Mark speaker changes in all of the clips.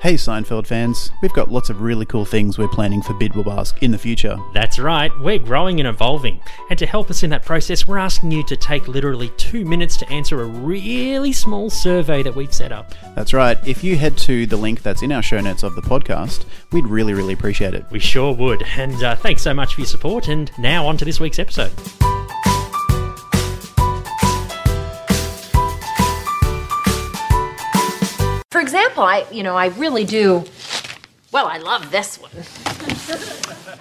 Speaker 1: Hey Seinfeld fans, we've got lots of really cool things we're planning for Bidwabask in the future.
Speaker 2: That's right, we're growing and evolving. And to help us in that process, we're asking you to take literally two minutes to answer a really small survey that we've set up.
Speaker 1: That's right, if you head to the link that's in our show notes of the podcast, we'd really, really appreciate it.
Speaker 2: We sure would. And uh, thanks so much for your support. And now on to this week's episode.
Speaker 3: For example, I, you know, I really do. Well, I love this one.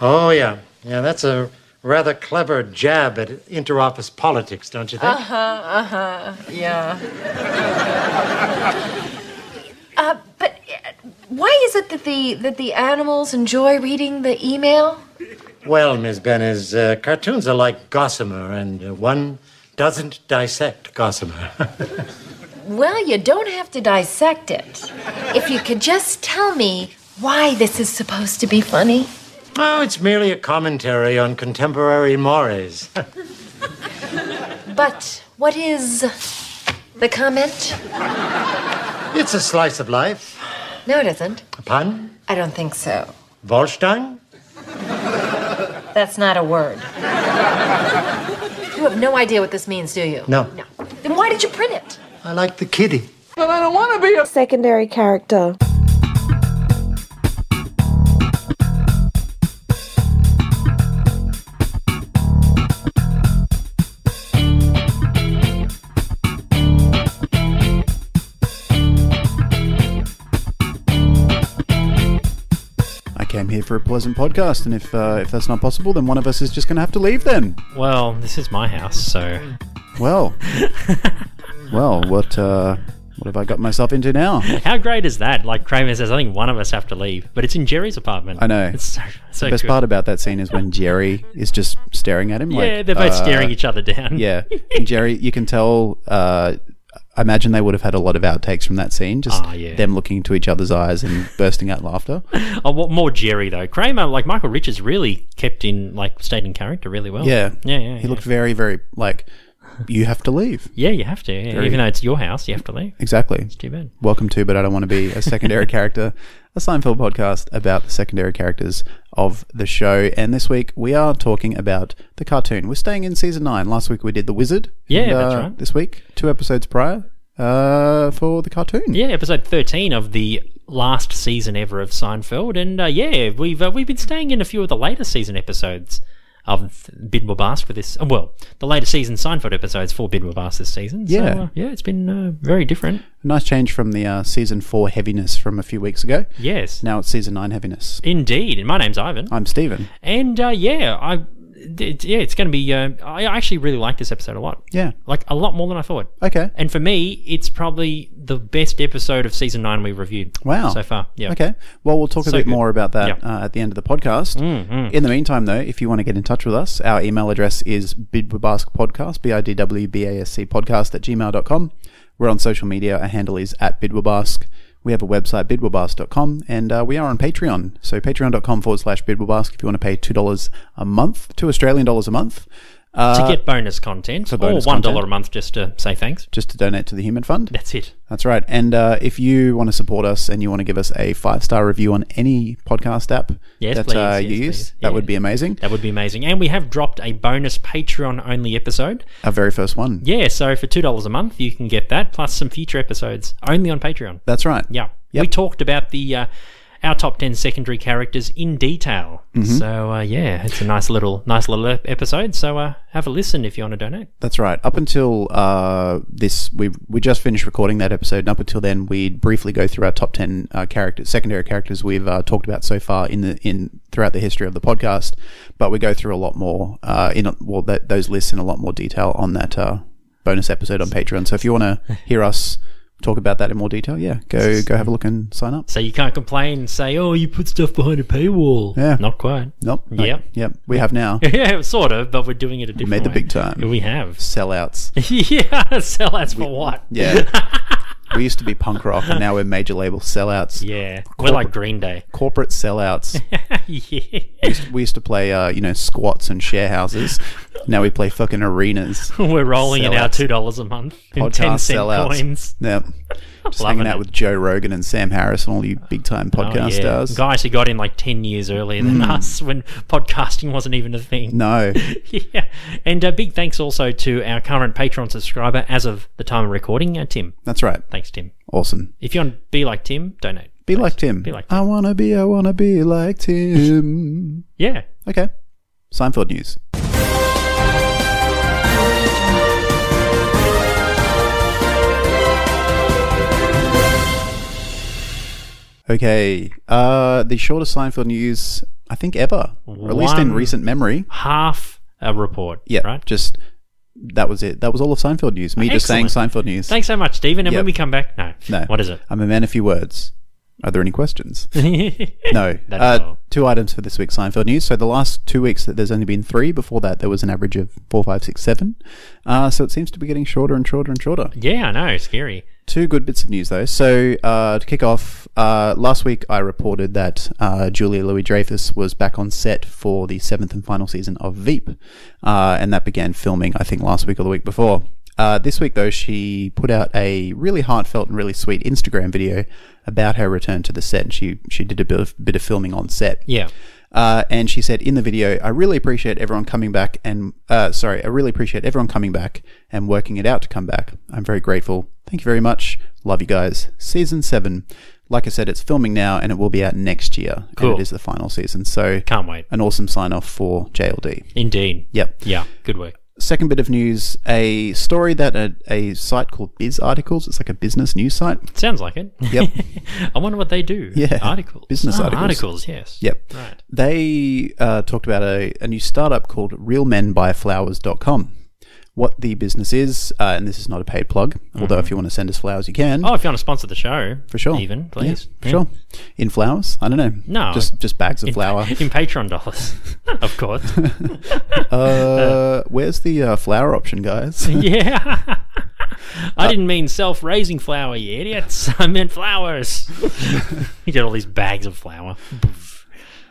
Speaker 4: Oh, yeah. Yeah, that's a rather clever jab at interoffice politics, don't you think?
Speaker 3: Yeah. uh, but uh, why is it that the that the animals enjoy reading the email?
Speaker 4: Well, Ms. Bennis, uh, cartoons are like gossamer, and uh, one doesn't dissect gossamer.
Speaker 3: Well, you don't have to dissect it. If you could just tell me why this is supposed to be funny.
Speaker 4: oh, it's merely a commentary on contemporary mores.
Speaker 3: But what is the comment?
Speaker 4: it's a slice of life.
Speaker 3: No, it isn't.
Speaker 4: A pun?
Speaker 3: I don't think so.
Speaker 4: Wolstein?
Speaker 3: That's not a word. You have no idea what this means, do you?
Speaker 4: No.
Speaker 3: No. Then why did you print it?
Speaker 4: I like the kitty.
Speaker 5: secondary character.
Speaker 1: I came here for a pleasant podcast, and if uh, if that's not possible, then one of us is just going to have to leave then.
Speaker 2: Well, this is my house, so
Speaker 1: Well, well, what uh, what have I got myself into now?
Speaker 2: how great is that? Like Kramer says, I think one of us have to leave, but it's in Jerry's apartment.
Speaker 1: I know.
Speaker 2: It's so, so
Speaker 1: The best
Speaker 2: good.
Speaker 1: part about that scene is when Jerry is just staring at him. Like,
Speaker 2: yeah, they're both
Speaker 1: uh,
Speaker 2: staring each other down.
Speaker 1: Yeah, and Jerry, you can tell. Uh, I imagine they would have had a lot of outtakes from that scene, just
Speaker 2: Ah, yeah.
Speaker 1: them looking into each other's eyes and bursting out laughter.
Speaker 2: Oh, what more Jerry though? Kramer, like Michael Richards, really kept in like stayed in character really well.
Speaker 1: Yeah,
Speaker 2: yeah, yeah.
Speaker 1: He
Speaker 2: yeah.
Speaker 1: looked very, very like you have to leave.
Speaker 2: Yeah, you have to. yeah. Even though it's your house, you have to leave.
Speaker 1: Exactly.
Speaker 2: Too bad.
Speaker 1: Welcome to, but I don't want to be a secondary character, a Seinfeld podcast about the secondary characters of the show. And this week we are talking about the cartoon. We're staying in season nine. Last week we did the Wizard.
Speaker 2: Yeah,
Speaker 1: and,
Speaker 2: that's
Speaker 1: uh,
Speaker 2: right.
Speaker 1: This week, two episodes prior, uh, for the cartoon.
Speaker 2: Yeah, episode thirteen of the last season ever of Seinfeld, and uh, yeah, we've uh, we've been staying in a few of the later season episodes of Bidwabask for this. uh, Well, the later season Seinfeld episodes for Bidwabask this season. So,
Speaker 1: Yeah.
Speaker 2: uh, yeah, it's been uh, very different.
Speaker 1: Nice change from the uh, season four heaviness from a few weeks ago.
Speaker 2: Yes,
Speaker 1: Now it's season nine heaviness.
Speaker 2: indeed. And my name's Ivan.
Speaker 1: I'm Steven.
Speaker 2: And uh, yeah, I it, yeah, it's going to be. Uh, I actually really like this episode a lot.
Speaker 1: Yeah.
Speaker 2: like a lot more than I thought.
Speaker 1: Okay.
Speaker 2: And for me, it's probably the best episode of season nine we've reviewed.
Speaker 1: Wow.
Speaker 2: so far. Yeah.
Speaker 1: Okay. Well, we'll talk a
Speaker 2: So
Speaker 1: bit
Speaker 2: good. Mm-hmm.
Speaker 1: more about that
Speaker 2: Yep.
Speaker 1: uh, at the end of the podcast. In the meantime, though, if you want to get in touch with us, our email address is bidwabaskpodcast, B I D W B A S C podcast at gmail.com. We're on social media. Our handle is at bidwabask. We have a website, bidwabask.com, and uh, we are on Patreon. So patreon.com forward slash bidwabask if you want to pay $2 a month, 2 Australian dollars a month,
Speaker 2: To get bonus content or
Speaker 1: Uh, bonus
Speaker 2: one dollar
Speaker 1: content.
Speaker 2: a month just to say thanks.
Speaker 1: just to donate to the Human Fund.
Speaker 2: That's it.
Speaker 1: That's right. And uh, if you want to support us and you want to give us a five star review on any podcast app
Speaker 2: Yes,
Speaker 1: that
Speaker 2: please.
Speaker 1: uh,
Speaker 2: Yes,
Speaker 1: you use,
Speaker 2: please.
Speaker 1: that
Speaker 2: Yeah.
Speaker 1: would be amazing.
Speaker 2: That would be amazing. And we have dropped a bonus Patreon only episode.
Speaker 1: Our very first one.
Speaker 2: Yeah, so for two dollars a month, you can get that plus some future episodes only on Patreon.
Speaker 1: That's right.
Speaker 2: Yeah,
Speaker 1: Yep.
Speaker 2: we talked about the uh, our top ten secondary characters in detail.
Speaker 1: Mm-hmm.
Speaker 2: So uh, yeah, it's a nice little nice little ep- episode. So uh, have a listen if you want to donate.
Speaker 1: That's right. Up until uh, this, we we just finished recording that episode, and up until then, we'd briefly go through our top ten uh, characters, secondary characters we've uh, talked about so far in the in throughout the history of the podcast. But we go through a lot more uh, in a- well that, those lists in a lot more detail on that uh, bonus episode on Patreon. So if you want to hear us talk about that in more detail, yeah, go go have a look and sign up.
Speaker 2: So you can't complain and say, "Oh, you put stuff behind a paywall."
Speaker 1: Yeah.
Speaker 2: not quite.
Speaker 1: Nope. no-
Speaker 2: Yep.
Speaker 1: Yep. We have now
Speaker 2: yeah, sort of, but we're doing it a different
Speaker 1: made the
Speaker 2: way.
Speaker 1: big time.
Speaker 2: We have.
Speaker 1: sellouts.
Speaker 2: yeah, sellouts for what?
Speaker 1: Yeah. we used to be punk rock, and now we're major label sellouts.
Speaker 2: Yeah, we're like Green Day.
Speaker 1: Corporate sellouts.
Speaker 2: yeah.
Speaker 1: We used to play, uh, you know, squats and share houses. Now we play fucking arenas.
Speaker 2: We're rolling in our
Speaker 1: Sellouts.
Speaker 2: two dollars a month in
Speaker 1: Podcast
Speaker 2: ten cent
Speaker 1: sellouts.
Speaker 2: coins.
Speaker 1: Yep. Just
Speaker 2: loving
Speaker 1: hanging out
Speaker 2: it.
Speaker 1: with Joe Rogan and Sam Harris and all you big time podcast
Speaker 2: Oh, yeah.
Speaker 1: stars. Hmm.
Speaker 2: Guys who got in like 10 years earlier than us when podcasting wasn't even a thing.
Speaker 1: No.
Speaker 2: Yeah. And uh, big thanks also to our current Patreon subscriber as of the time of recording, uh, Tim.
Speaker 1: That's right.
Speaker 2: Thanks, Tim.
Speaker 1: Awesome.
Speaker 2: If you want to be like Tim, donate.
Speaker 1: Be
Speaker 2: please.
Speaker 1: like Tim. Um,
Speaker 2: Be like Tim.
Speaker 1: I wanna be, I wanna be like Tim.
Speaker 2: Yeah.
Speaker 1: Okay. Seinfeld news. Okay. Uh, the shortest Seinfeld news I think ever, or at least in
Speaker 2: One-
Speaker 1: recent memory.
Speaker 2: Half a report.
Speaker 1: Yeah.
Speaker 2: Right?
Speaker 1: Just that was it. That was all of Seinfeld news. Me just saying
Speaker 2: Excellent.
Speaker 1: Seinfeld news.
Speaker 2: Thanks so much, Stephen. And
Speaker 1: Yep.
Speaker 2: when we come back, no.
Speaker 1: No.
Speaker 2: What is it?
Speaker 1: I'm a man of few words. Are there any questions? No.
Speaker 2: That's
Speaker 1: Uh,
Speaker 2: all.
Speaker 1: two items for this week's Seinfeld news. So the last two weeks, that there's only been three. Before that, there was an average of four, five, six, seven. Uh, so it seems to be getting shorter and shorter and shorter.
Speaker 2: yeah, I know. Scary.
Speaker 1: Two good bits of news, though. So uh, to kick off, uh, last week I reported that uh, Julia Louis Dreyfus was back on set for the seventh and final season of Veep, uh, and that began filming, I think, last week or the week before. Uh, this week, though, she put out a really heartfelt and really sweet Instagram video about her return to the set, and she she did a bit of, bit of filming on set.
Speaker 2: Yeah.
Speaker 1: Uh, and she said in the video, I really appreciate everyone coming back and, uh, sorry, I really appreciate everyone coming back and working it out to come back. I'm very grateful. Thank you very much. Love you guys. Season seven. Like I said, it's filming now and it will be out next year.
Speaker 2: Cool.
Speaker 1: And it is the final season. So
Speaker 2: Can't wait.
Speaker 1: an awesome sign off for JLD.
Speaker 2: Indeed.
Speaker 1: Yep.
Speaker 2: Yeah. Good work.
Speaker 1: Second bit of news, a story that a, a site called Biz Articles, it's like a business news site.
Speaker 2: Sounds like it.
Speaker 1: Yep.
Speaker 2: I wonder what they do.
Speaker 1: Yeah.
Speaker 2: Articles.
Speaker 1: Business
Speaker 2: Ah,
Speaker 1: articles.
Speaker 2: Articles, yes.
Speaker 1: Yep.
Speaker 2: Right.
Speaker 1: They uh, talked about a, a new startup called realmenbuyflowers.com. What the business is, uh, and this is not a paid plug, although if you want to send us flowers, you can.
Speaker 2: Mm-hmm. Oh, if you want to sponsor the show.
Speaker 1: for sure.
Speaker 2: Even,
Speaker 1: Yeah,
Speaker 2: please.
Speaker 1: for
Speaker 2: Yeah.
Speaker 1: sure. In flowers? I don't know.
Speaker 2: No.
Speaker 1: Just just bags of Uh, flour.
Speaker 2: In Patreon dollars. of course.
Speaker 1: uh, where's the uh, flower option, guys?
Speaker 2: yeah.
Speaker 1: Uh,
Speaker 2: I didn't mean self raising flour, you idiots. I meant flowers. you get all these bags of flour.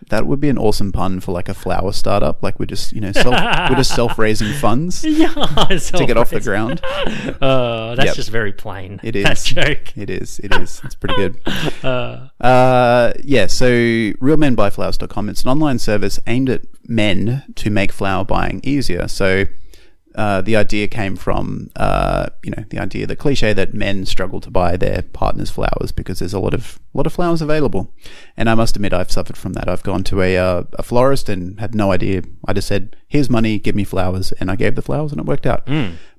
Speaker 1: that would be an awesome pun for like a flower startup. Like we're just, you know, self, we're just self-raising funds to
Speaker 2: Yeah.
Speaker 1: get off the ground.
Speaker 2: Uh, that's
Speaker 1: Yep.
Speaker 2: just very plain.
Speaker 1: It is.
Speaker 2: That joke.
Speaker 1: It is. It is. It's pretty good. Uh, yeah. So realmenbuyflowers.com. It's an online service aimed at men to make flower buying easier. So uh, the idea came from uh, you know the idea, the cliche that men struggle to buy their partners flowers because there's a lot of lot of flowers available. And I must admit, I've suffered from that. I've gone to a uh, a florist and had no idea. I just said, "Here's money, give me flowers," and I gave the flowers, and it worked out.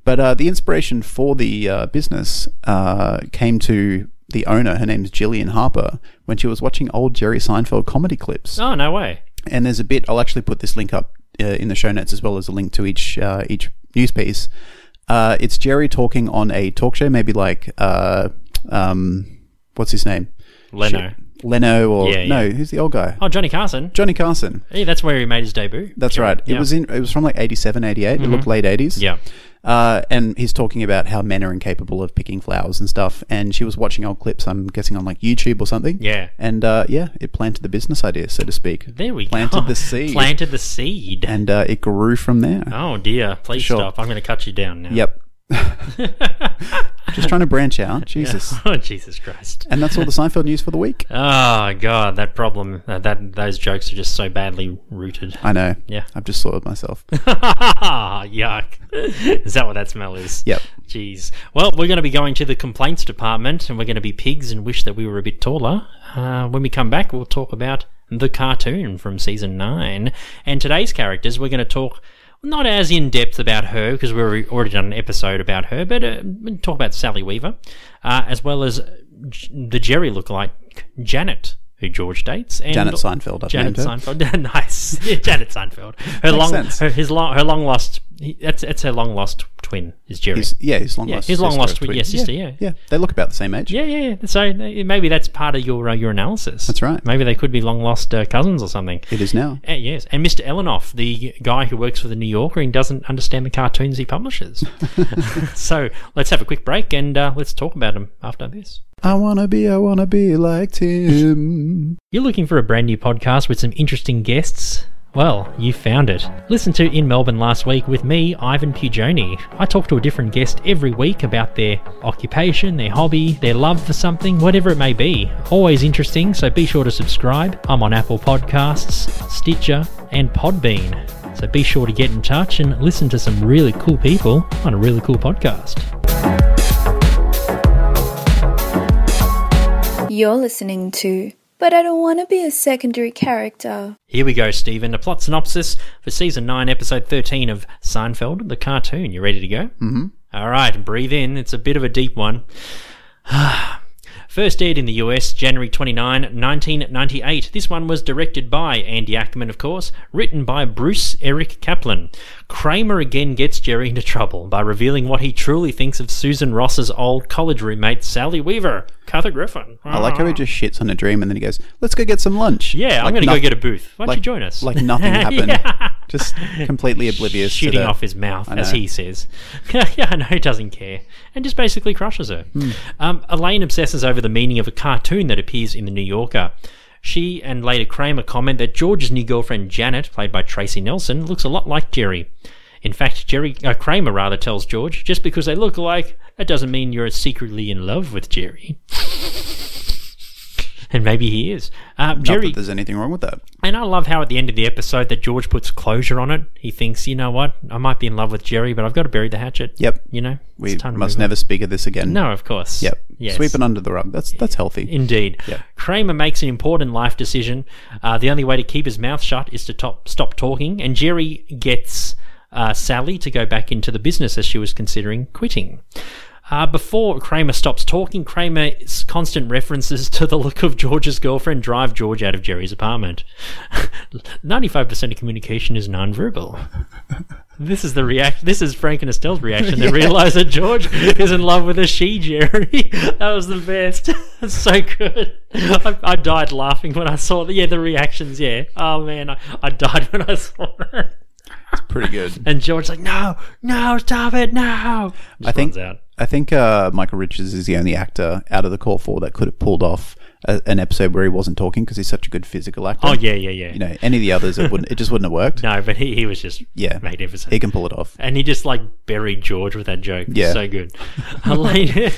Speaker 1: But uh, the inspiration for the uh, business uh, came to the owner. Her name's Gillian Harper. When she was watching old Jerry Seinfeld comedy clips,
Speaker 2: Oh, no way.
Speaker 1: and there's a bit I'll actually put this link up uh, in the show notes as well as a link to each uh, each news piece. Uh, it's Jerry talking on a talk show, maybe like uh, um, what's his name,
Speaker 2: Leno.
Speaker 1: Shit. Leno, or
Speaker 2: Yeah,
Speaker 1: no,
Speaker 2: yeah.
Speaker 1: who's the old guy?
Speaker 2: Oh, Johnny Carson.
Speaker 1: Johnny Carson.
Speaker 2: Hey, that's where he made his debut.
Speaker 1: That's
Speaker 2: Sure.
Speaker 1: right. It
Speaker 2: Yeah. Mm-hmm.
Speaker 1: was in. It was from like 87, 88. It looked late eighties.
Speaker 2: Yeah.
Speaker 1: Uh, and he's talking about how men are incapable of picking flowers and stuff. And she was watching old clips. I'm guessing on like YouTube or something.
Speaker 2: Yeah.
Speaker 1: And uh, yeah, it planted the business idea, so to speak.
Speaker 2: There we go.
Speaker 1: planted the seed.
Speaker 2: Planted the seed.
Speaker 1: and uh, it grew from there.
Speaker 2: oh dear! Please
Speaker 1: Sure.
Speaker 2: stop. I'm going to cut you down now.
Speaker 1: Yep. Just trying to branch out. Jesus.
Speaker 2: oh Jesus Christ.
Speaker 1: And that's all the Seinfeld news for the week.
Speaker 2: Oh God, that problem. Uh, that those jokes are just so badly rooted.
Speaker 1: I know.
Speaker 2: Yeah.
Speaker 1: I've just soiled myself.
Speaker 2: Yuck. Is that what that smell is?
Speaker 1: Yep.
Speaker 2: Jeez. Well, we're going to be going to the complaints department, and we're going to be pigs and wish that we were a bit taller. Uh, when we come back, we'll talk about the cartoon from season nine and today's characters. We're going to talk. Not as in depth about her because we've already- already done an episode about her, but uh, we'll talk about Sally Weaver, uh, as well as J- the Jerry lookalike Janet, who George dates, and
Speaker 1: Janet Seinfeld, I've named
Speaker 2: Janet
Speaker 1: her.
Speaker 2: Seinfeld, nice. Yeah, Janet Seinfeld. Her long,
Speaker 1: sense.
Speaker 2: her, his long, her long lost. He, that's that's her long lost twin is Jerry.
Speaker 1: He's, yeah, he's long lost.
Speaker 2: his long
Speaker 1: sister
Speaker 2: lost
Speaker 1: of
Speaker 2: twin-
Speaker 1: twin-
Speaker 2: yeah, sister, yeah.
Speaker 1: Yeah. They look about the same age.
Speaker 2: yeah, yeah, yeah. So uh, maybe that's part of your uh, your analysis.
Speaker 1: That's right.
Speaker 2: Maybe they could be long lost uh, cousins or something.
Speaker 1: It is now.
Speaker 2: Uh, yes, and Mr. Elenoff, the guy who works for the New Yorker and doesn't understand the cartoons he publishes. so let's have a quick break and uh, let's talk about him after this.
Speaker 1: I wanna be, I wanna be like Tim.
Speaker 2: You're looking for a brand new podcast with some interesting guests? Well, you found it. Listen to In Melbourne last week with me, Ivan Pugioni. I talk to a different guest every week about their occupation, their hobby, their love for something, whatever it may be. Always interesting, so be sure to subscribe. I'm on Apple Podcasts, Stitcher, and Podbean. So be sure to get in touch and listen to some really cool people on a really cool podcast.
Speaker 6: You're listening to But I Don't Want to Be a Secondary Character.
Speaker 2: Here we go, Stephen. A plot synopsis for season 9, episode 13 of Seinfeld, the cartoon. You ready to go? Mm-hmm. All right, breathe in. It's a bit of a deep one. First aired in the US January 29, 1998. This one was directed by Andy Ackerman, of course, written by Bruce Eric Kaplan. Kramer again gets Jerry into trouble by revealing what he truly thinks of Susan Ross's old college roommate, Sally Weaver, Carter Griffin. Ah.
Speaker 1: I like how he just shits on a dream and then he goes, "Let's go get some lunch."
Speaker 2: Yeah, I'm
Speaker 1: Like
Speaker 2: going to go
Speaker 1: noth-
Speaker 2: get a booth. Why don't
Speaker 1: like,
Speaker 2: you join us?
Speaker 1: Like nothing happened.
Speaker 2: Yeah.
Speaker 1: Just completely oblivious. to
Speaker 2: shitting
Speaker 1: the-
Speaker 2: off his mouth,
Speaker 1: I
Speaker 2: as
Speaker 1: know.
Speaker 2: he says. yeah, I know he doesn't care, and just basically crushes her.
Speaker 1: Hmm.
Speaker 2: Um, Elaine obsesses over the meaning of a cartoon that appears in the New Yorker. She and later Kramer comment that George's new girlfriend Janet, played by Tracy Nelson, looks a lot like Jerry. In fact, Jerry uh, Kramer rather tells George, just because they look alike, that doesn't mean you're secretly in love with Jerry. and maybe he is. Um,
Speaker 1: Not
Speaker 2: Jerry
Speaker 1: that there's anything wrong with that.
Speaker 2: and I love how at the end of the episode that George puts closure on it. He thinks, you know what, I might be in love with Jerry, but I've got to bury the hatchet.
Speaker 1: Yep.
Speaker 2: You know,
Speaker 1: We
Speaker 2: It's time to
Speaker 1: must
Speaker 2: move on.
Speaker 1: never speak of this again.
Speaker 2: No, of course.
Speaker 1: Yep.
Speaker 2: Yes.
Speaker 1: Sweep it under the rug. That's that's healthy.
Speaker 2: Indeed.
Speaker 1: Yep.
Speaker 2: Kramer makes an important life decision. Uh, the only way to keep his mouth shut is to top, stop talking, and Jerry gets uh, Sally to go back into the business as she was considering quitting. Uh, before Kramer stops talking, Kramer's constant references to the look of George's girlfriend drive George out of Jerry's apartment. 95% of communication is nonverbal. This is the react. This is Frank and Estelle's reaction. They realize that George is in love with a she, Jerry. that was the best. That's so good. I, I died laughing when I saw the yeah the reactions. Yeah. Oh man, I, I died when I saw that.
Speaker 1: Pretty good.
Speaker 2: And George's like, no, no, stop it, no. Just
Speaker 1: I think
Speaker 2: runs out.
Speaker 1: I think uh, Michael Richards is the only actor out of the core four that could have pulled off a, an episode where he wasn't talking because he's such a good physical actor.
Speaker 2: Oh yeah, yeah, yeah.
Speaker 1: You know, any of the others, it wouldn't. It just wouldn't have worked.
Speaker 2: no, but he, he was just
Speaker 1: Yeah.
Speaker 2: magnificent.
Speaker 1: He can pull it off.
Speaker 2: And he just like buried George with that joke.
Speaker 1: Yeah.
Speaker 2: So good. Elaine,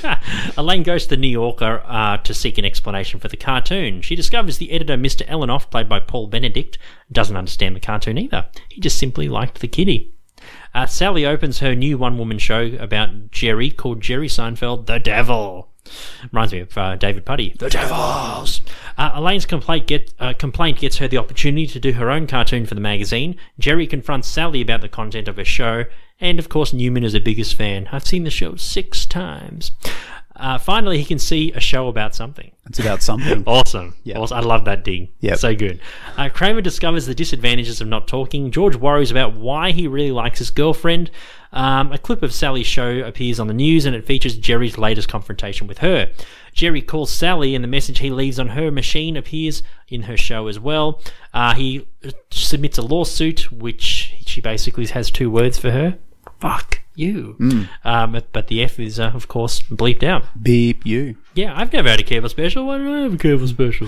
Speaker 2: Elaine goes to the New Yorker uh, to seek an explanation for the cartoon. She discovers the editor, Mr. Elenoff, played by Paul Benedict, doesn't understand the cartoon either. He just simply liked the kitty. Uh, Sally opens her new one woman show about Jerry called Jerry Seinfeld The Devil. Reminds me of uh, David Putty. The Devils! Uh, Elaine's complaint, get, uh, complaint gets her the opportunity to do her own cartoon for the magazine. Jerry confronts Sally about the content of her show. And of course, Newman is her biggest fan. I've seen the show six times. Uh, finally, he can see a show about something.
Speaker 1: It's about something.
Speaker 2: Awesome.
Speaker 1: Yeah.
Speaker 2: Awesome. I love that ding.
Speaker 1: Yep.
Speaker 2: So good. Uh, Kramer discovers the disadvantages of not talking. George worries about why he really likes his girlfriend. Um, a clip of Sally's show appears on the news and it features Jerry's latest confrontation with her. Jerry calls Sally and the message he leaves on her machine appears in her show as well. Uh, he uh, submits a lawsuit, which she basically has two words for her. Fuck you. Um, but, but the F is, uh, of course, bleeped out.
Speaker 1: Beep you.
Speaker 2: Yeah, I've never had a cable special. Why don't I have a cable special?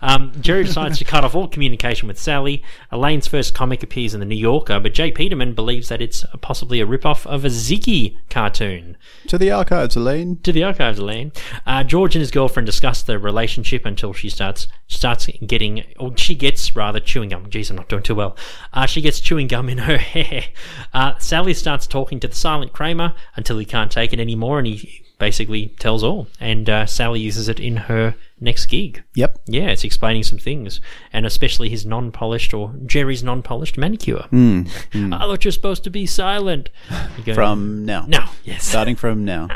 Speaker 2: Um, Jerry decides to cut off all communication with Sally. Elaine's first comic appears in the New Yorker, but Jay Peterman believes that it's possibly a rip-off of a Ziggy cartoon.
Speaker 1: To the archives, Elaine.
Speaker 2: To the archives, Elaine. Uh, George and his girlfriend discuss their relationship until she starts starts getting, or she gets rather chewing gum. Jeez, I'm not doing too well. Uh, she gets chewing gum in her hair. Uh, Sally starts talking to the silent Kramer until he can't take it anymore, and he basically tells all. And uh, Sally uses it in her next gig.
Speaker 1: Yep.
Speaker 2: Yeah, it's explaining some things, and especially his non-polished or Jerry's non-polished manicure. I thought you're supposed to be silent. You go,
Speaker 1: From now.
Speaker 2: no, yes.
Speaker 1: Starting from now.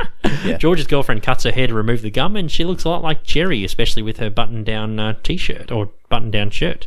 Speaker 1: Yeah.
Speaker 2: George's girlfriend cuts her hair to remove the gum, and she looks a lot like Jerry, especially with her button-down uh, t-shirt or button-down shirt.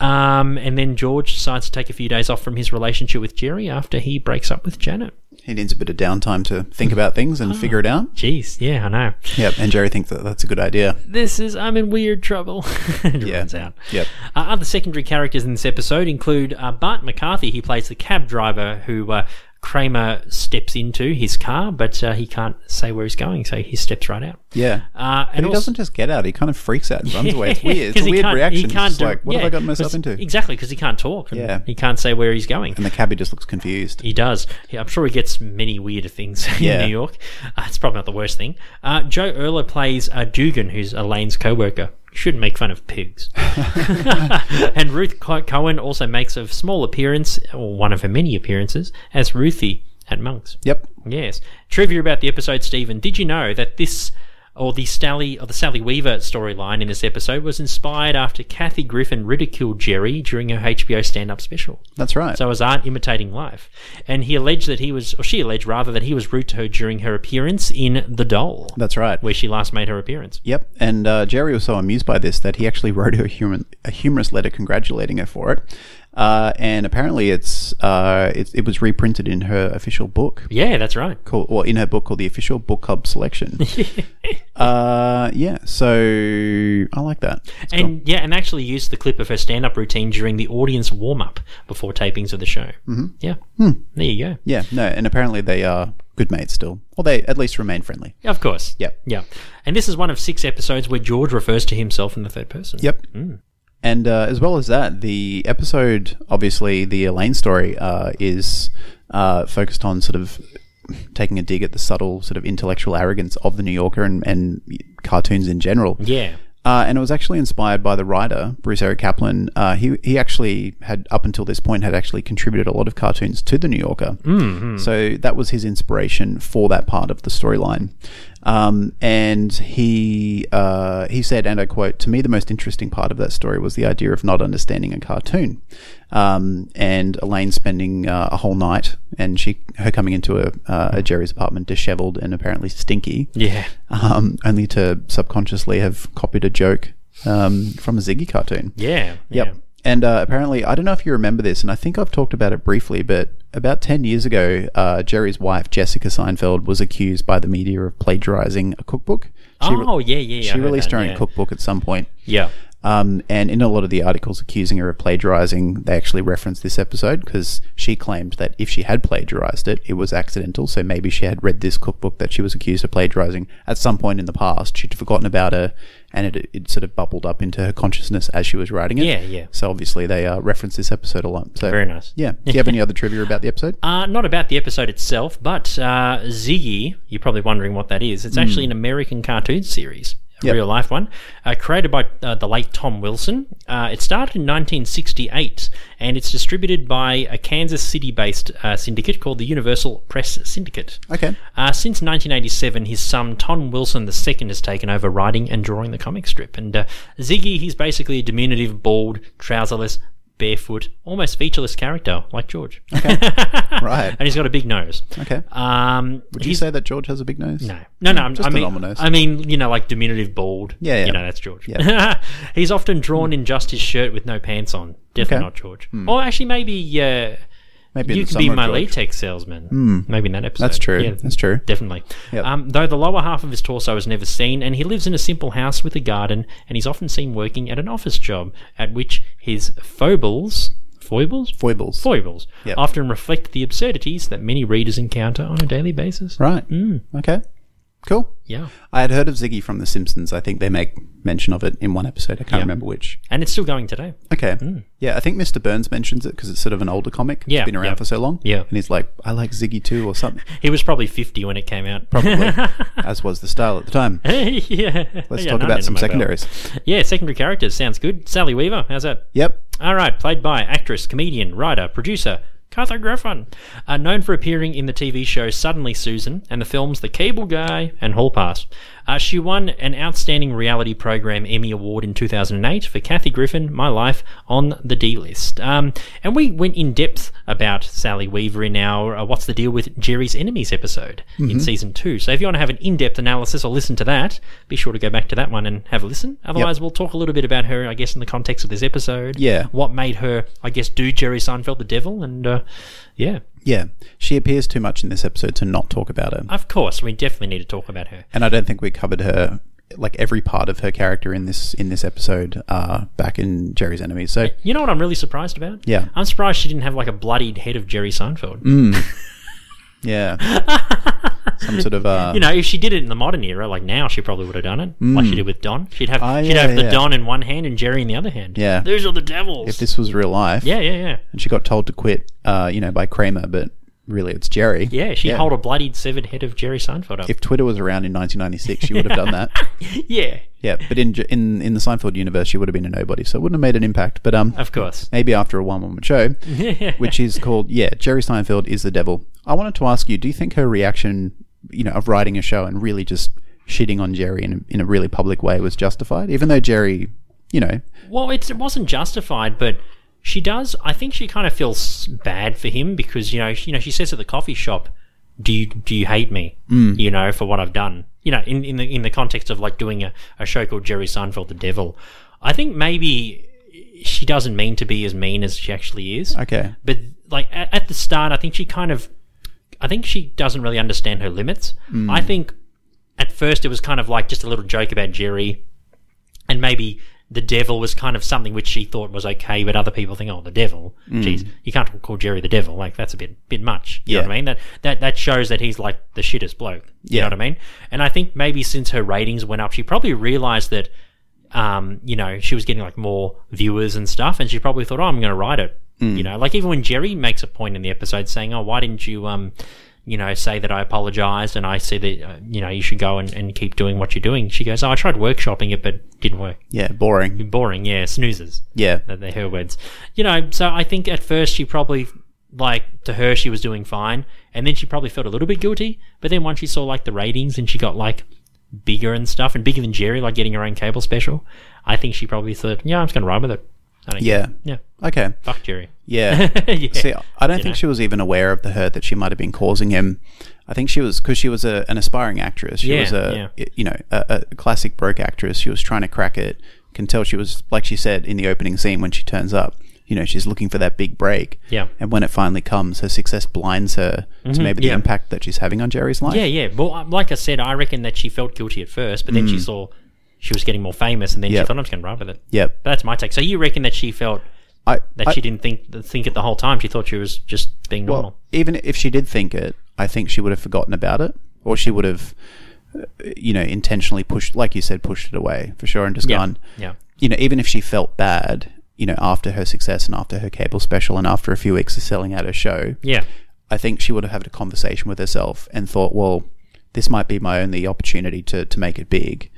Speaker 2: Um, and then George decides to take a few days off from his relationship with Jerry after he breaks up with Janet.
Speaker 1: He needs a bit of downtime to think about things
Speaker 2: Ah.
Speaker 1: and figure it out.
Speaker 2: Jeez, yeah, I know.
Speaker 1: Yep. And Jerry thinks that that's a good idea.
Speaker 2: This is I'm in weird trouble. it runs out.
Speaker 1: Yep.
Speaker 2: Uh, other secondary characters in this episode include uh, Bart McCarthy. He plays the cab driver who uh, Kramer steps into his car, but uh, he can't say where he's going, so he steps right out.
Speaker 1: Yeah.
Speaker 2: Uh,
Speaker 1: and
Speaker 2: and
Speaker 1: he
Speaker 2: also-
Speaker 1: doesn't just get out, he kind of freaks out and runs away. It's
Speaker 2: Yeah,
Speaker 1: weird. It's
Speaker 2: 'cause
Speaker 1: a
Speaker 2: he
Speaker 1: weird
Speaker 2: can't- he
Speaker 1: reaction. It's
Speaker 2: can't
Speaker 1: just
Speaker 2: do-
Speaker 1: like, what
Speaker 2: yeah,
Speaker 1: have I gotten myself
Speaker 2: 'cause-
Speaker 1: into?
Speaker 2: Exactly, because he can't talk. And
Speaker 1: Yeah.
Speaker 2: He can't say where he's going.
Speaker 1: And the cabbie just looks confused.
Speaker 2: He does. Yeah, I'm sure he gets many weirder things
Speaker 1: Yeah.
Speaker 2: in New York. Uh, it's probably not the worst thing. Uh, Joe Erler plays uh, Dugan, who's Elaine's co-worker. You shouldn't make fun of pigs. and Ruth Co- Cohen also makes a small appearance, or one of her many appearances, as Ruthie at Monk's.
Speaker 1: Yep.
Speaker 2: Yes. Trivia about the episode, Stephen. Did you know that this, or the Sally, or the Sally Weaver storyline in this episode, was inspired after Kathy Griffin ridiculed Jerry during her HBO stand-up special?
Speaker 1: That's right.
Speaker 2: So it was art imitating life. And he alleged that he was, or she alleged rather, that he was rude to her during her appearance in The Doll,
Speaker 1: That's right.
Speaker 2: where she last made her appearance.
Speaker 1: Yep, and uh, Jerry was so amused by this that he actually wrote her a, human, a humorous letter congratulating her for it. Uh, and apparently, it's uh, it, it was reprinted in her official book,
Speaker 2: Yeah, that's right.
Speaker 1: called, or in her book called the Official Book Club Selection. uh, yeah, so I like that. It's cool.
Speaker 2: And yeah, and actually used the clip of her stand up routine during the audience warm up before tapings of the show. Mm-hmm. Yeah. There you go.
Speaker 1: yeah, no, and apparently they are good mates still, or they at least remain friendly.
Speaker 2: Of course.
Speaker 1: Yep.
Speaker 2: Yeah. And this is one of six episodes where George refers to himself in the third person.
Speaker 1: Yep. And uh, as well as that, the episode, obviously, the Elaine story uh, is uh, focused on sort of taking a dig at the subtle sort of intellectual arrogance of the New Yorker and, and cartoons in general.
Speaker 2: Yeah.
Speaker 1: Uh, and it was actually inspired by the writer Bruce Eric Kaplan. Uh, he he actually had up until this point had actually contributed a lot of cartoons to the New Yorker. Mm-hmm. So that was his inspiration for that part of the storyline. Um, and he uh, he said, and I quote: "To me, the most interesting part of that story was the idea of not understanding a cartoon, um, and Elaine spending uh, a whole night, and she her coming into a, uh, a Jerry's apartment dishevelled and apparently stinky
Speaker 2: Yeah.
Speaker 1: um, only to subconsciously have copied a joke um, from a Ziggy cartoon.
Speaker 2: Yeah.
Speaker 1: Yep.
Speaker 2: Yeah.
Speaker 1: And uh, apparently, I don't know if you remember this, and I think I've talked about it briefly, but about 10 years ago, uh, Jerry's wife, Jessica Seinfeld, was accused by the media of plagiarizing a cookbook. She re-
Speaker 2: oh, yeah, yeah, yeah. I
Speaker 1: She
Speaker 2: heard
Speaker 1: released
Speaker 2: that,
Speaker 1: her own
Speaker 2: yeah.
Speaker 1: cookbook at some point.
Speaker 2: Yeah.
Speaker 1: Um, and in a lot of the articles accusing her of plagiarizing, they actually reference this episode because she claimed that if she had plagiarized it, it was accidental. So maybe she had read this cookbook that she was accused of plagiarizing at some point in the past. She'd forgotten about her and it, it sort of bubbled up into her consciousness as she was writing it.
Speaker 2: Yeah, yeah.
Speaker 1: So obviously they uh, reference this episode a lot. So
Speaker 2: Very nice.
Speaker 1: Yeah. Do you have any other trivia about the episode?
Speaker 2: Uh, not about the episode itself, but uh, Ziggy, you're probably wondering what that is. It's actually an American cartoon series, a
Speaker 1: Hmm. Yep.
Speaker 2: real life one, uh, created by uh, the late Tom Wilson. Uh, it started in 1968 and it's distributed by a Kansas City based uh, syndicate called the Universal Press Syndicate.
Speaker 1: Okay.
Speaker 2: Uh, since 1987, his son Tom Wilson II has taken over writing and drawing the comic strip. And uh, Ziggy, he's basically a diminutive, bald, trouserless, barefoot, almost featureless character like George.
Speaker 1: Right.
Speaker 2: and he's got a big nose.
Speaker 1: Okay.
Speaker 2: Um,
Speaker 1: Would you say that George has a big nose?
Speaker 2: no, no, no. I'm-
Speaker 1: Just
Speaker 2: I
Speaker 1: a
Speaker 2: mean,
Speaker 1: normal nose.
Speaker 2: I mean, you know, like diminutive, bald.
Speaker 1: Yeah, yeah.
Speaker 2: You know, that's George. he's often drawn in just his shirt with no pants on. Definitely
Speaker 1: Okay. Hmm.
Speaker 2: not George. Or actually, maybe uh,
Speaker 1: Maybe
Speaker 2: you
Speaker 1: in the
Speaker 2: can be
Speaker 1: summer
Speaker 2: my
Speaker 1: George. Hmm.
Speaker 2: latex salesman. Maybe in that episode.
Speaker 1: That's true.
Speaker 2: Yeah,
Speaker 1: That's true.
Speaker 2: Definitely.
Speaker 1: Yep.
Speaker 2: Um, though the lower half of his torso is never seen, and he lives in a simple house with a garden, and he's often seen working at an office job, at which his foibles, foibles,
Speaker 1: Foibles.
Speaker 2: foibles,
Speaker 1: Yep.
Speaker 2: often reflect the absurdities that many readers encounter on a daily basis.
Speaker 1: Right.
Speaker 2: Mm.
Speaker 1: Okay. Cool.
Speaker 2: Yeah.
Speaker 1: I had heard of Ziggy from The Simpsons. I think they make mention of it in one episode. I can't remember which.
Speaker 2: And it's still going today.
Speaker 1: Okay. Yeah, I think Mr. Burns mentions it because it's sort of an older comic.
Speaker 2: Hmm. Yeah,
Speaker 1: It's been around
Speaker 2: yeah.
Speaker 1: for so long.
Speaker 2: Yeah.
Speaker 1: And he's like, I like Ziggy too, or something,
Speaker 2: He was probably 50 when it came out.
Speaker 1: probably, as was the style at the time.
Speaker 2: yeah.
Speaker 1: Let's
Speaker 2: Yeah,
Speaker 1: talk
Speaker 2: no,
Speaker 1: about
Speaker 2: it's
Speaker 1: some
Speaker 2: my belt.
Speaker 1: secondaries.
Speaker 2: Yeah, secondary characters. Sounds good. Sally Weaver, how's that?
Speaker 1: Yep.
Speaker 2: All right, played by actress, comedian, writer, producer Katha Griffin, uh, known for appearing in the TV show Suddenly Susan and the films The Cable Guy and Hall Pass. Uh, she won an Outstanding Reality Program Emmy Award in 2008 for Kathy Griffin, My Life on the D List. Um, and we went in depth about Sally Weaver in our uh, What's the Deal with Jerry's Enemies episode in season two. So if you want to have an in depth analysis or listen to that, be sure to go back to that one and have a listen. Otherwise, we'll talk a little bit about her, I guess, in the context of this episode
Speaker 1: Yeah.
Speaker 2: what made her, I guess, do Jerry Seinfeld the devil, and uh, yeah,
Speaker 1: Yeah. She appears too much in this episode to not talk about her.
Speaker 2: of course, we definitely need to talk about her.
Speaker 1: And I don't think we covered her. Like every part of her character in this in this episode, uh, back in Jerry's Enemies. So
Speaker 2: You know what I'm really surprised about?
Speaker 1: Yeah. Mm.
Speaker 2: I'm surprised she didn't have like a bloodied head of Jerry Seinfeld.
Speaker 1: Yeah. Some sort of uh,
Speaker 2: You know, if she did it in the modern era, like now, she probably would have done it, like she did with Don. She'd have
Speaker 1: Mm. Ah,
Speaker 2: she'd
Speaker 1: yeah,
Speaker 2: have the
Speaker 1: yeah.
Speaker 2: Don in one hand and Jerry in the other hand.
Speaker 1: Yeah.
Speaker 2: those are the devils.
Speaker 1: if this was real life.
Speaker 2: yeah, yeah, yeah,
Speaker 1: And she got told to quit, uh, you know, by Kramer, but really it's Jerry.
Speaker 2: yeah. She'd hold a bloodied severed head of Jerry Seinfeld up.
Speaker 1: If Twitter was around in 1996, she would have done that.
Speaker 2: yeah,
Speaker 1: Yeah, but in in in the Seinfeld universe, she would have been a nobody, so it wouldn't have made an impact. But um,
Speaker 2: of course.
Speaker 1: maybe after a one woman show, which is called yeah, Jerry Seinfeld is the devil. I wanted to ask you, do you think her reaction, you know, of writing a show and really just shitting on Jerry in a, in a really public way was justified, even though Jerry, you know,
Speaker 2: Well, it's, it wasn't justified, but she does. I think she kind of feels bad for him because you know, she, you know, she says at the coffee shop, "Do you do you hate me? You know, for what I've done? You know, in, in the in the context of like doing a, a show called Jerry Seinfeld the Devil, I think maybe she doesn't mean to be as mean as she actually is.
Speaker 1: okay,
Speaker 2: But like at, at the start, I think she kind of, I think she doesn't really understand her limits.
Speaker 1: Hmm.
Speaker 2: I think at first it was kind of like just a little joke about Jerry, and maybe the devil was kind of something which she thought was okay, but other people think, oh, the devil,
Speaker 1: Hmm.
Speaker 2: jeez, you can't call Jerry the devil. Like that's a bit bit much. You know
Speaker 1: Yeah.
Speaker 2: what I mean? That that that shows that he's like the shittest bloke. You
Speaker 1: Yeah.
Speaker 2: know what I mean? And I think maybe since her ratings went up, she probably realized that. Um, you know, she was getting like more viewers and stuff, and she probably thought, "Oh, I'm going to write it." You know, like even when Jerry makes a point in the episode saying, "Oh, why didn't you, um, you know, say that I apologized and I said that uh, you know you should go and, and keep doing what you're doing?" She goes, "Oh, I tried workshopping it, but didn't work.
Speaker 1: yeah, boring,
Speaker 2: Boring, yeah, snoozes."
Speaker 1: yeah,
Speaker 2: That they're her words. You know, so I think at first she probably like to her she was doing fine, and then she probably felt a little bit guilty. But then once she saw like the ratings and she got like bigger and stuff, and bigger than Jerry, like getting her own cable special, I think she probably thought, yeah, I'm just gonna ride with it. I don't
Speaker 1: yeah,
Speaker 2: care. yeah,
Speaker 1: okay,
Speaker 2: fuck Jerry.
Speaker 1: yeah.
Speaker 2: yeah.
Speaker 1: See, I don't think she was even aware of the hurt that she might have been causing him. I think she was because she was a, an aspiring actress. She
Speaker 2: Yeah,
Speaker 1: was a you know a, a classic broke actress. She was trying to crack it. Can tell she was like she said in the opening scene when she turns up. You know, she's looking for that big break.
Speaker 2: Yeah. Mm-hmm.
Speaker 1: And when it finally comes, her success blinds her to maybe the
Speaker 2: yeah.
Speaker 1: impact that she's having on Jerry's life.
Speaker 2: yeah, yeah. Well, um, like I said, I reckon that she felt guilty at first, but then she saw she was getting more famous, and then she
Speaker 1: Mm. Yep.
Speaker 2: thought, I'm just gonna ride with it.
Speaker 1: Yep.
Speaker 2: But that's my take. So you reckon that she felt
Speaker 1: I,
Speaker 2: that
Speaker 1: I-
Speaker 2: she didn't think think it the whole time? She thought she was just being normal.
Speaker 1: Well, even if she did think it, I think she would have forgotten about it, or she would have, uh, you know, intentionally pushed, like you said, pushed it away for sure, and just
Speaker 2: Yeah.
Speaker 1: gone.
Speaker 2: Yeah.
Speaker 1: You know, even if she felt bad, you know, after her success and after her cable special and after a few weeks of selling out her show,
Speaker 2: Yeah.
Speaker 1: I think she would have had a conversation with herself and thought, well, this might be my only opportunity to, to make it big.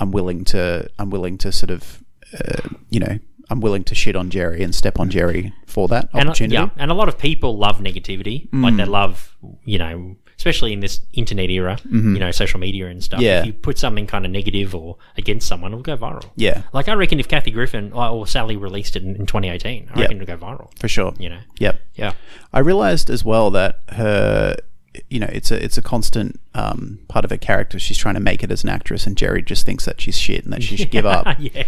Speaker 1: I'm willing to I'm willing to sort of, uh, you know, I'm willing to shit on Jerry and step on Jerry for that
Speaker 2: And, uh,
Speaker 1: opportunity. Mm.
Speaker 2: yeah. And a lot of people love negativity. Like they love, you know, especially in this internet era, you know, social media and stuff.
Speaker 1: Mm-hmm. Yeah.
Speaker 2: If you put something kind of negative or against someone, it'll go viral.
Speaker 1: Yeah.
Speaker 2: Like I reckon if Kathy Griffin or or Sally released it in, in 2018, I reckon it'll go viral.
Speaker 1: for sure.
Speaker 2: You know?
Speaker 1: Yep.
Speaker 2: Yeah.
Speaker 1: I realized as well that her, you know, it's a it's a constant um, part of her character. She's trying to make it as an actress, and Jerry just thinks that she's shit and that she should give up.
Speaker 2: Yeah.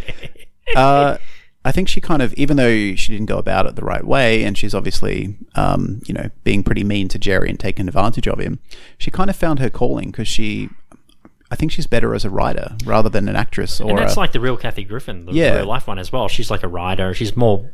Speaker 1: Uh, I think she kind of, even though she didn't go about it the right way, and she's obviously, um, you know, being pretty mean to Jerry and taking advantage of him, she kind of found her calling because she, I think she's better as a writer rather than an actress or
Speaker 2: And that's
Speaker 1: a,
Speaker 2: like the real Kathy Griffin, the
Speaker 1: Yeah.
Speaker 2: real life one as well. She's like a writer. She's more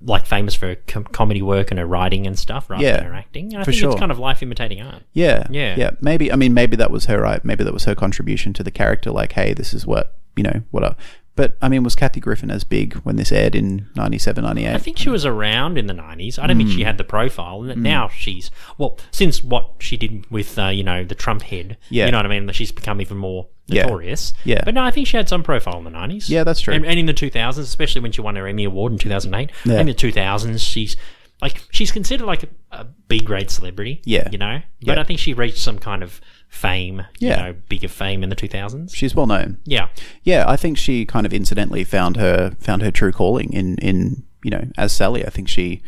Speaker 2: like famous for her com- comedy work and her writing and stuff rather
Speaker 1: Yeah.
Speaker 2: than her acting. And I
Speaker 1: For
Speaker 2: think it's
Speaker 1: sure.
Speaker 2: kind of life imitating art.
Speaker 1: Yeah.
Speaker 2: Yeah.
Speaker 1: Yeah. Maybe I mean maybe that was her right. Maybe that was her contribution to the character. Like, hey, this is what you know, what I but I mean, was Kathy Griffin as big when this aired in 97, 98?
Speaker 2: I think she was around in the nineties. I don't think
Speaker 1: Hmm.
Speaker 2: she had the profile, and now she's well since what she did with uh, you know the Trump head.
Speaker 1: Yeah.
Speaker 2: you know what I mean. that She's become even more
Speaker 1: Yeah.
Speaker 2: notorious.
Speaker 1: Yeah.
Speaker 2: but no, I think she had some profile in the nineties.
Speaker 1: Yeah, that's true.
Speaker 2: And, and in the two thousands, especially when she won her Emmy award in two thousand eight.
Speaker 1: Yeah.
Speaker 2: In the two thousands, she's like she's considered like a, a B grade celebrity.
Speaker 1: Yeah.
Speaker 2: you know. But
Speaker 1: Yeah.
Speaker 2: I think she reached some kind of fame.
Speaker 1: Yeah.
Speaker 2: you know, bigger fame in the two thousands.
Speaker 1: She's well known.
Speaker 2: Yeah,
Speaker 1: Yeah, I think she kind of incidentally found her found her true calling in in you know as Sally. I think she,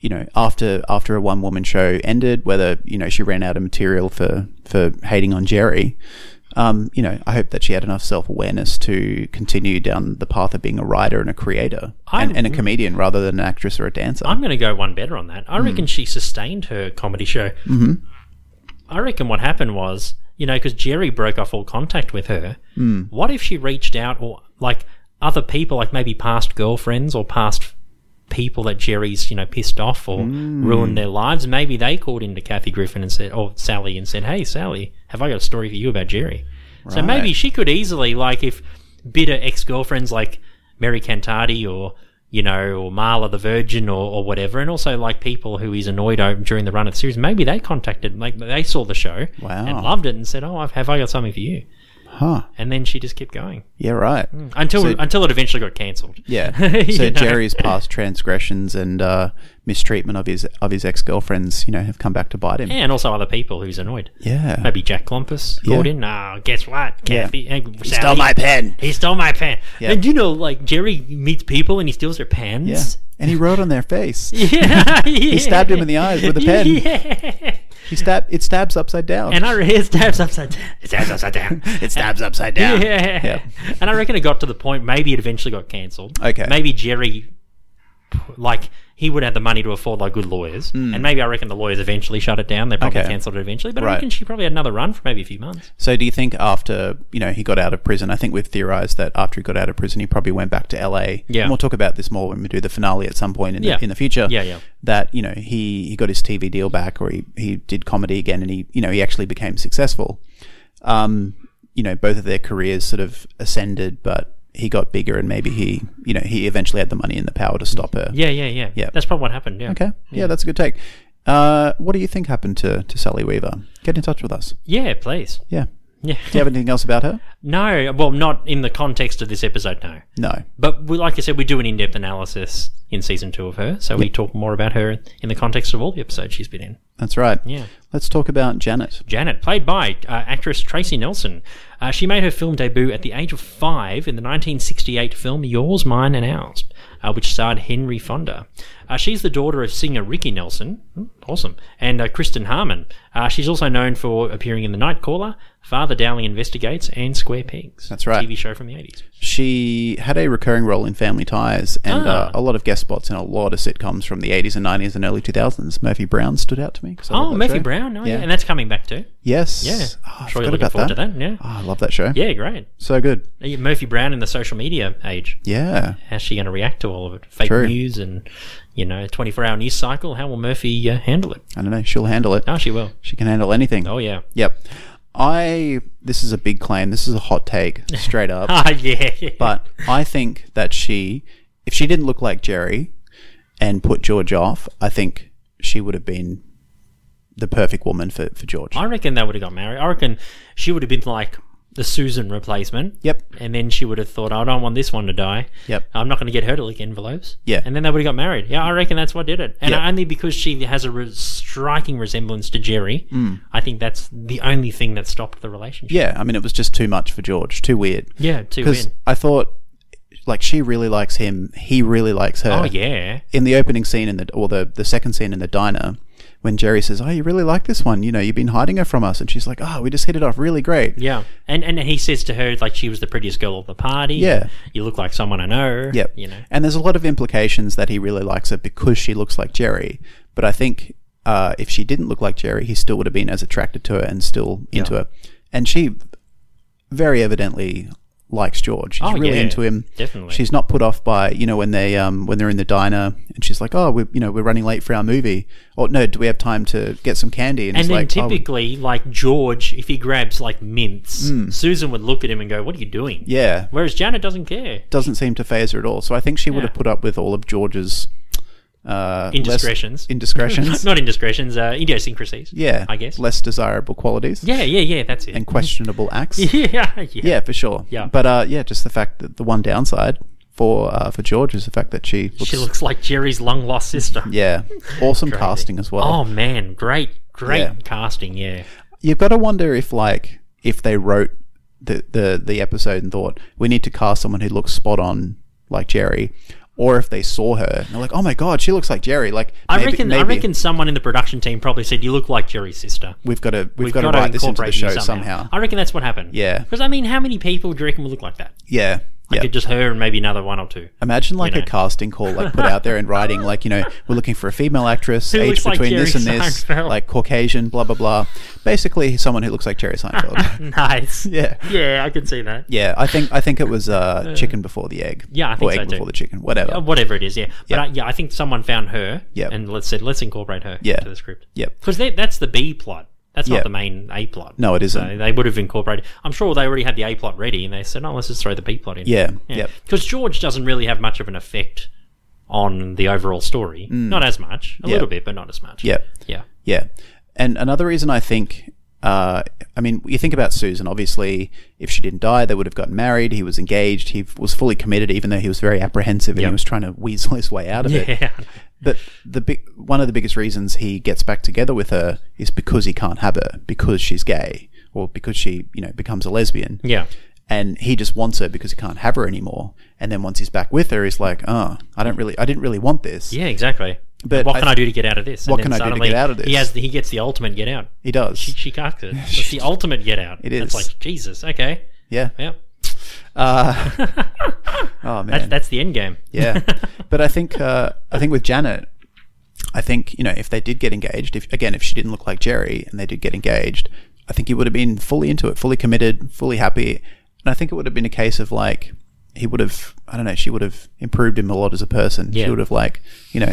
Speaker 1: you know, after after a one woman show ended, whether you know she ran out of material for for hating on Jerry. Um, you know, I hope that she had enough self awareness to continue down the path of being a writer and a creator and, and a comedian rather than an actress or a dancer.
Speaker 2: I'm going to go one better on that. I reckon she sustained her comedy show. Mm-hmm. I reckon what happened was, you know, because Jerry broke off all contact with her. Mm. What if she reached out or like other people, like maybe past girlfriends or past people that Jerry's, you know, pissed off or
Speaker 1: Mm.
Speaker 2: ruined their lives. Maybe they called into Kathy Griffin and said, or Sally and said, hey, Sally, have I got a story for you about Jerry? So
Speaker 1: Right.
Speaker 2: maybe she could easily, like, if bitter ex girlfriends like Mary Cantati or, you know, or Marla the Virgin or, or whatever, and also like people who he's annoyed over during the run of the series, maybe they contacted, like, they saw the show
Speaker 1: Wow.
Speaker 2: and loved it and said, oh, I've- have I got something for you?
Speaker 1: Huh.
Speaker 2: And then she just kept going
Speaker 1: Yeah, right.
Speaker 2: until
Speaker 1: So-
Speaker 2: until it eventually got cancelled.
Speaker 1: Yeah. So
Speaker 2: You know?
Speaker 1: Jerry's past transgressions and uh, mistreatment of his of his ex girlfriends, you know, have come back to bite him.
Speaker 2: Yeah, and also other people who's annoyed.
Speaker 1: Yeah.
Speaker 2: Maybe Jack Clumpus
Speaker 1: Yeah.
Speaker 2: called in. Oh, guess what? Kathy,
Speaker 1: Yeah.
Speaker 2: eh,
Speaker 1: He
Speaker 2: Sally,
Speaker 1: stole my pen.
Speaker 2: He stole my pen.
Speaker 1: Yeah.
Speaker 2: And you know, like Jerry meets people and he steals their
Speaker 1: Yeah.
Speaker 2: pens.
Speaker 1: And he wrote on their face.
Speaker 2: Yeah, he
Speaker 1: stabbed him in the eyes with a pen.
Speaker 2: Yeah,
Speaker 1: He stab it stabs upside down.
Speaker 2: and I re- it stabs upside down. It stabs upside down.
Speaker 1: it stabs upside down.
Speaker 2: yeah. and I reckon it got to the point. Maybe it eventually got cancelled.
Speaker 1: Okay.
Speaker 2: maybe Jerry, like he would have the money to afford like good lawyers, and maybe I reckon the lawyers eventually shut it down. They probably
Speaker 1: Hmm. Okay.
Speaker 2: cancelled it eventually, but I
Speaker 1: Right.
Speaker 2: reckon she probably had another run for maybe a few months.
Speaker 1: So do you think after you know he got out of prison? I think we've theorized that after he got out of prison, he probably went back to L.A.
Speaker 2: Yeah.
Speaker 1: and we'll talk about this more when we do the finale at some point in,
Speaker 2: Yeah.
Speaker 1: the, in the future.
Speaker 2: Yeah, yeah.
Speaker 1: That you know he he got his TV deal back, or he he did comedy again, and he you know he actually became successful. Um, you know, both of their careers sort of ascended, but he got bigger, and maybe he you know he eventually had the money and the power to stop her.
Speaker 2: Yeah, yeah, yeah,
Speaker 1: Yeah.
Speaker 2: That's probably what happened. Yeah.
Speaker 1: Okay. Yeah, that's a good take. Uh, what do you think happened to to Sally Weaver? Get in touch with us.
Speaker 2: Yeah, please.
Speaker 1: Yeah.
Speaker 2: Yeah.
Speaker 1: Do you have anything else about her?
Speaker 2: No, well, not in the context of this episode. No.
Speaker 1: No.
Speaker 2: But we, like I said, we do an in-depth analysis in season two of her, so we talk more about her in the context of all the episodes she's been in.
Speaker 1: That's right.
Speaker 2: Yeah.
Speaker 1: Let's talk about Janet.
Speaker 2: Janet, played by uh, actress Tracy Nelson. Uh, she made her film debut at the age of five in the 1968 film Yours, Mine, and Ours, uh, which starred Henry Fonda. Uh, she's the daughter of singer Ricky Nelson, hmm, awesome, and uh, Kristen Harmon. Uh, she's also known for appearing in The Night Caller, Father Dowling Investigates, and Square Pigs.
Speaker 1: That's right.
Speaker 2: TV show from the 80s.
Speaker 1: She had a recurring role in Family Ties and uh,
Speaker 2: Ah.
Speaker 1: a lot of guest spots in a lot of sitcoms from the 80s and 90s and early 2000s. Murphy Brown stood out to me. 'cause I love
Speaker 2: Oh,
Speaker 1: that
Speaker 2: Murphy
Speaker 1: show.
Speaker 2: Brown, oh, yeah.
Speaker 1: Yeah.
Speaker 2: and that's coming back too.
Speaker 1: Yes.
Speaker 2: Yeah,
Speaker 1: Oh, I forgot
Speaker 2: sure you're looking
Speaker 1: about
Speaker 2: forward
Speaker 1: that.
Speaker 2: to that. Yeah,
Speaker 1: Oh, I love that show.
Speaker 2: yeah, great.
Speaker 1: So good.
Speaker 2: Uh, Murphy Brown in the social media age.
Speaker 1: Yeah.
Speaker 2: How's she going to react to all of it? Fake
Speaker 1: True.
Speaker 2: news and, you know, 24 hour news cycle. How will Murphy uh, handle it?
Speaker 1: I don't know. She'll handle it.
Speaker 2: Oh, she will.
Speaker 1: She can handle anything.
Speaker 2: Oh, yeah.
Speaker 1: Yep. I. This is a big claim. This is a hot take, straight up.
Speaker 2: Ah, yeah.
Speaker 1: But I think that she, if she didn't look like Jerry and put George off, I think she would have been the perfect woman for, for George.
Speaker 2: I reckon they would have got married. I reckon she would have been like the Susan replacement.
Speaker 1: Yep.
Speaker 2: And then she would have thought, I don't want this one to die.
Speaker 1: Yep.
Speaker 2: I'm not going to get her to lick envelopes.
Speaker 1: Yeah.
Speaker 2: And then they would have got married. Yeah, I reckon that's what did it. And
Speaker 1: Yep.
Speaker 2: only because she has a re- striking resemblance to Jerry,
Speaker 1: Mm.
Speaker 2: I think that's the only thing that stopped the relationship.
Speaker 1: Yeah, I mean, it was just too much for George, too weird.
Speaker 2: Yeah, two
Speaker 1: Because
Speaker 2: in.
Speaker 1: I thought, like, she really likes him, he really likes her.
Speaker 2: Oh, yeah.
Speaker 1: In the opening scene, in the or the, the second scene in the diner, when Jerry says, Oh, you really like this one, you know, you've been hiding her from us. And she's like, Oh, we just hit it off really great.
Speaker 2: Yeah, and and he says to her like she was the prettiest girl at the party.
Speaker 1: Yeah.
Speaker 2: you look like someone I know.
Speaker 1: Yep.
Speaker 2: you know.
Speaker 1: And there's a lot of implications that he really likes her because she looks like Jerry. But I think uh, if she didn't look like Jerry, he still would have been as attracted to her and still into her. And she very evidently likes George. She's
Speaker 2: Oh,
Speaker 1: really
Speaker 2: yeah.
Speaker 1: into him.
Speaker 2: Definitely.
Speaker 1: She's not put off by, you know, when they um when they're in the diner and she's like, Oh, we're you know, we're running late for our movie. Or no, do we have time to get some candy?
Speaker 2: And
Speaker 1: he's
Speaker 2: then
Speaker 1: like, "Oh, we-"
Speaker 2: typically, like George, if he grabs like mints, Susan would look at him and go, "What are you doing?"
Speaker 1: Hmm. Yeah.
Speaker 2: Whereas Janet doesn't care.
Speaker 1: Doesn't seem to phase her at all. So I think she would
Speaker 2: Yeah.
Speaker 1: have put up with all of George's uh, less-
Speaker 2: Indiscretions.
Speaker 1: indiscretions.
Speaker 2: Not indiscretions, uh, idiosyncrasies.
Speaker 1: Yeah.
Speaker 2: I guess.
Speaker 1: Less desirable qualities
Speaker 2: yeah, yeah, yeah. That's it.
Speaker 1: and questionable acts. yeah.
Speaker 2: yeah, yeah,
Speaker 1: for sure.
Speaker 2: Yeah.
Speaker 1: But uh, yeah, just the fact that the one downside for uh, for George is the fact that she looks,
Speaker 2: She looks like Jerry's long lost sister.
Speaker 1: yeah, awesome casting as well.
Speaker 2: Oh man, great, great
Speaker 1: Yeah.
Speaker 2: casting. Yeah.
Speaker 1: You've got to wonder if like if they wrote the, the the episode and thought we need to cast someone who looks spot on like Jerry. Or if they saw her and they're like, "Oh my god, she looks like Jerry!" Like,
Speaker 2: I
Speaker 1: maybe,
Speaker 2: reckon.
Speaker 1: maybe
Speaker 2: I reckon someone in the production team probably said, "You look like Jerry's sister."
Speaker 1: we've got to we've,
Speaker 2: We've
Speaker 1: got, to
Speaker 2: gotta
Speaker 1: write this into the
Speaker 2: incorporate you
Speaker 1: show somehow.
Speaker 2: I reckon that's what happened.
Speaker 1: Yeah.
Speaker 2: Because I mean, how many people do you reckon would look like that?
Speaker 1: Yeah,
Speaker 2: Like
Speaker 1: Yeah.
Speaker 2: just her and maybe another one or two.
Speaker 1: Imagine like
Speaker 2: You
Speaker 1: a
Speaker 2: know.
Speaker 1: casting call, like put out there in writing, like you know, we're looking for a female actress,
Speaker 2: Who
Speaker 1: age
Speaker 2: looks like
Speaker 1: between this and
Speaker 2: Jerry
Speaker 1: this,
Speaker 2: Seinfeld?
Speaker 1: like Caucasian, blah blah blah. Basically, someone who looks like Jerry Seinfeld.
Speaker 2: Hmm. nice.
Speaker 1: yeah,
Speaker 2: Yeah, I can see that.
Speaker 1: yeah. I think I think it was uh, chicken before the egg.
Speaker 2: Yeah, I
Speaker 1: or
Speaker 2: think
Speaker 1: egg
Speaker 2: so too.
Speaker 1: before the chicken, whatever.
Speaker 2: Uh, whatever it is, yeah. But
Speaker 1: Yeah.
Speaker 2: I, yeah, I think someone found her.
Speaker 1: Yeah.
Speaker 2: And let's say let's incorporate her
Speaker 1: Yeah.
Speaker 2: to the script.
Speaker 1: Yep.
Speaker 2: Because that's the B plot. That's
Speaker 1: Yeah.
Speaker 2: not the main A plot.
Speaker 1: No, it isn't.
Speaker 2: So they would have incorporated. I'm sure they already had the A plot ready, and they said, "No, let's just throw the B plot in."
Speaker 1: Yeah, yep.
Speaker 2: Because George doesn't really have much of an effect on the overall story. Not as much. A
Speaker 1: Mm. Yeah.
Speaker 2: little bit, but not as much.
Speaker 1: Yeah.
Speaker 2: Yeah.
Speaker 1: Yeah. And another reason I think, uh, I mean, you think about Susan, obviously, if she didn't die, they would have gotten married. He was engaged. He was fully committed, even though he was very apprehensive and he
Speaker 2: Yep.
Speaker 1: was trying to weasel his way out of it.
Speaker 2: Yeah.
Speaker 1: But the big, one of the biggest reasons he gets back together with her is because he can't have her, because she's gay, or because she, you know, becomes a lesbian.
Speaker 2: Yeah.
Speaker 1: And he just wants her because he can't have her anymore. And then once he's back with her, he's like, oh, I don't really, I didn't really want this.
Speaker 2: Yeah. Exactly.
Speaker 1: But
Speaker 2: what
Speaker 1: I-
Speaker 2: can I do to get out of this? And
Speaker 1: What
Speaker 2: then
Speaker 1: can I do to
Speaker 2: suddenly
Speaker 1: get out of
Speaker 2: He
Speaker 1: this?
Speaker 2: has. The, he gets the ultimate get out.
Speaker 1: He does.
Speaker 2: She cucked it. It's the ultimate get out.
Speaker 1: It is.
Speaker 2: It's like Jesus. Okay.
Speaker 1: yeah.
Speaker 2: Yep.
Speaker 1: Oh, man.
Speaker 2: That's, that's the end game.
Speaker 1: Yeah, but I think uh, I think with Janet, I think you know if they did get engaged, if again if she didn't look like Jerry and they did get engaged, I think he would have been fully into it, fully committed, fully happy, and I think it would have been a case of like he would have I don't know she would have improved him a lot as a person. She
Speaker 2: Yeah.
Speaker 1: would have like you know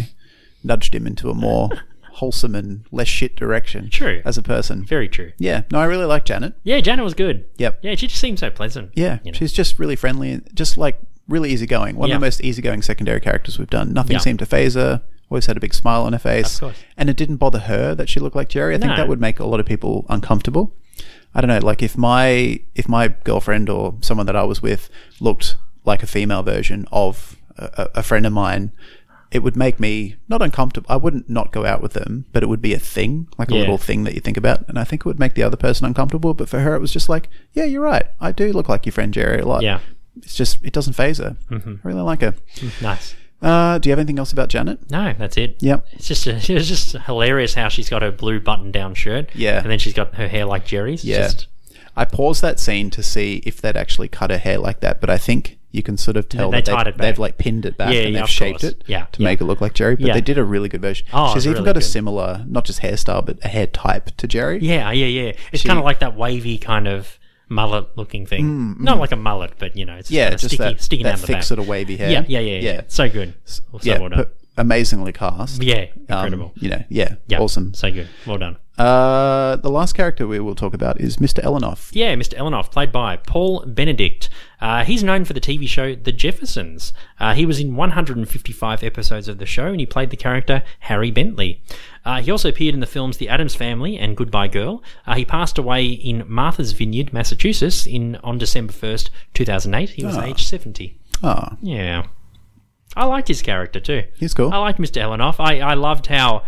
Speaker 1: nudged him into a more wholesome and less shit direction.
Speaker 2: True.
Speaker 1: as a person.
Speaker 2: Very true.
Speaker 1: yeah, no, I really like Janet.
Speaker 2: Yeah, Janet was good.
Speaker 1: Yep.
Speaker 2: Yeah, she just seemed so pleasant.
Speaker 1: Yeah,
Speaker 2: You know.
Speaker 1: she's just really friendly and just like really easygoing. One
Speaker 2: Yeah.
Speaker 1: of the most easygoing secondary characters we've done. Nothing
Speaker 2: Yeah.
Speaker 1: seemed to phase her. Always had a big smile on her face.
Speaker 2: Of course.
Speaker 1: And it didn't bother her that she looked like Jerry. I think
Speaker 2: No.
Speaker 1: that would make a lot of people uncomfortable. I don't know, like if my if my girlfriend or someone that I was with looked like a female version of a, a a friend of mine, it would make me not uncomfortable. I wouldn't not go out with them, but it would be a thing, like a
Speaker 2: Yeah.
Speaker 1: little thing that you think about. And I think it would make the other person uncomfortable. But for her, it was just like, yeah, you're right. I do look like your friend Jerry a lot.
Speaker 2: Yeah. Mm-hmm.
Speaker 1: It's just, it doesn't phase her. I really like her.
Speaker 2: Nice.
Speaker 1: Uh, do you have anything else about Janet?
Speaker 2: No, that's it.
Speaker 1: Yep.
Speaker 2: It's just it's just hilarious how she's got her blue button down shirt.
Speaker 1: Yeah.
Speaker 2: And then she's got her hair like Jerry's. It's
Speaker 1: Yeah.
Speaker 2: Just,
Speaker 1: I paused that scene to see if they'd actually cut her hair like that, but I think you can sort of tell
Speaker 2: They
Speaker 1: that
Speaker 2: tied
Speaker 1: they've,
Speaker 2: it back.
Speaker 1: they've, like pinned it back
Speaker 2: Yeah,
Speaker 1: and
Speaker 2: yeah,
Speaker 1: they've
Speaker 2: of
Speaker 1: shaped
Speaker 2: course.
Speaker 1: it
Speaker 2: Yeah,
Speaker 1: to
Speaker 2: yeah.
Speaker 1: make it look like Jerry. But
Speaker 2: Yeah.
Speaker 1: they did a really good version.
Speaker 2: Oh,
Speaker 1: She's
Speaker 2: it's
Speaker 1: even
Speaker 2: really
Speaker 1: got a
Speaker 2: good.
Speaker 1: similar, not just hairstyle, but a hair type to Jerry.
Speaker 2: yeah, yeah, yeah. It's kind of like that wavy kind of mullet looking thing. Not like a mullet, but you know, it's
Speaker 1: Mm, mm-hmm. Yeah,
Speaker 2: kinda
Speaker 1: just
Speaker 2: sticky,
Speaker 1: that,
Speaker 2: sticking
Speaker 1: that
Speaker 2: down the
Speaker 1: thick
Speaker 2: back.
Speaker 1: sort of wavy hair.
Speaker 2: yeah, yeah, yeah, yeah, So good. So
Speaker 1: yeah,
Speaker 2: well done.
Speaker 1: but amazingly cast.
Speaker 2: yeah,
Speaker 1: Um,
Speaker 2: incredible.
Speaker 1: you know, yeah,
Speaker 2: yeah,
Speaker 1: awesome.
Speaker 2: So good. Well done.
Speaker 1: Uh, the last character we will talk about is Mr. Elenoff.
Speaker 2: Yeah, Mr. Elenoff, played by Paul Benedict. Uh, he's known for the TV show The Jeffersons. Uh, he was in 155 episodes of the show and he played the character Harry Bentley. Uh, he also appeared in the films The Addams Family and Goodbye Girl. Uh, he passed away in Martha's Vineyard, Massachusetts in on December 1st, 2008. He was aged 70.
Speaker 1: Ah,
Speaker 2: Yeah. I liked his character too.
Speaker 1: he's cool.
Speaker 2: I liked Mr. Elenoff. I, I loved how,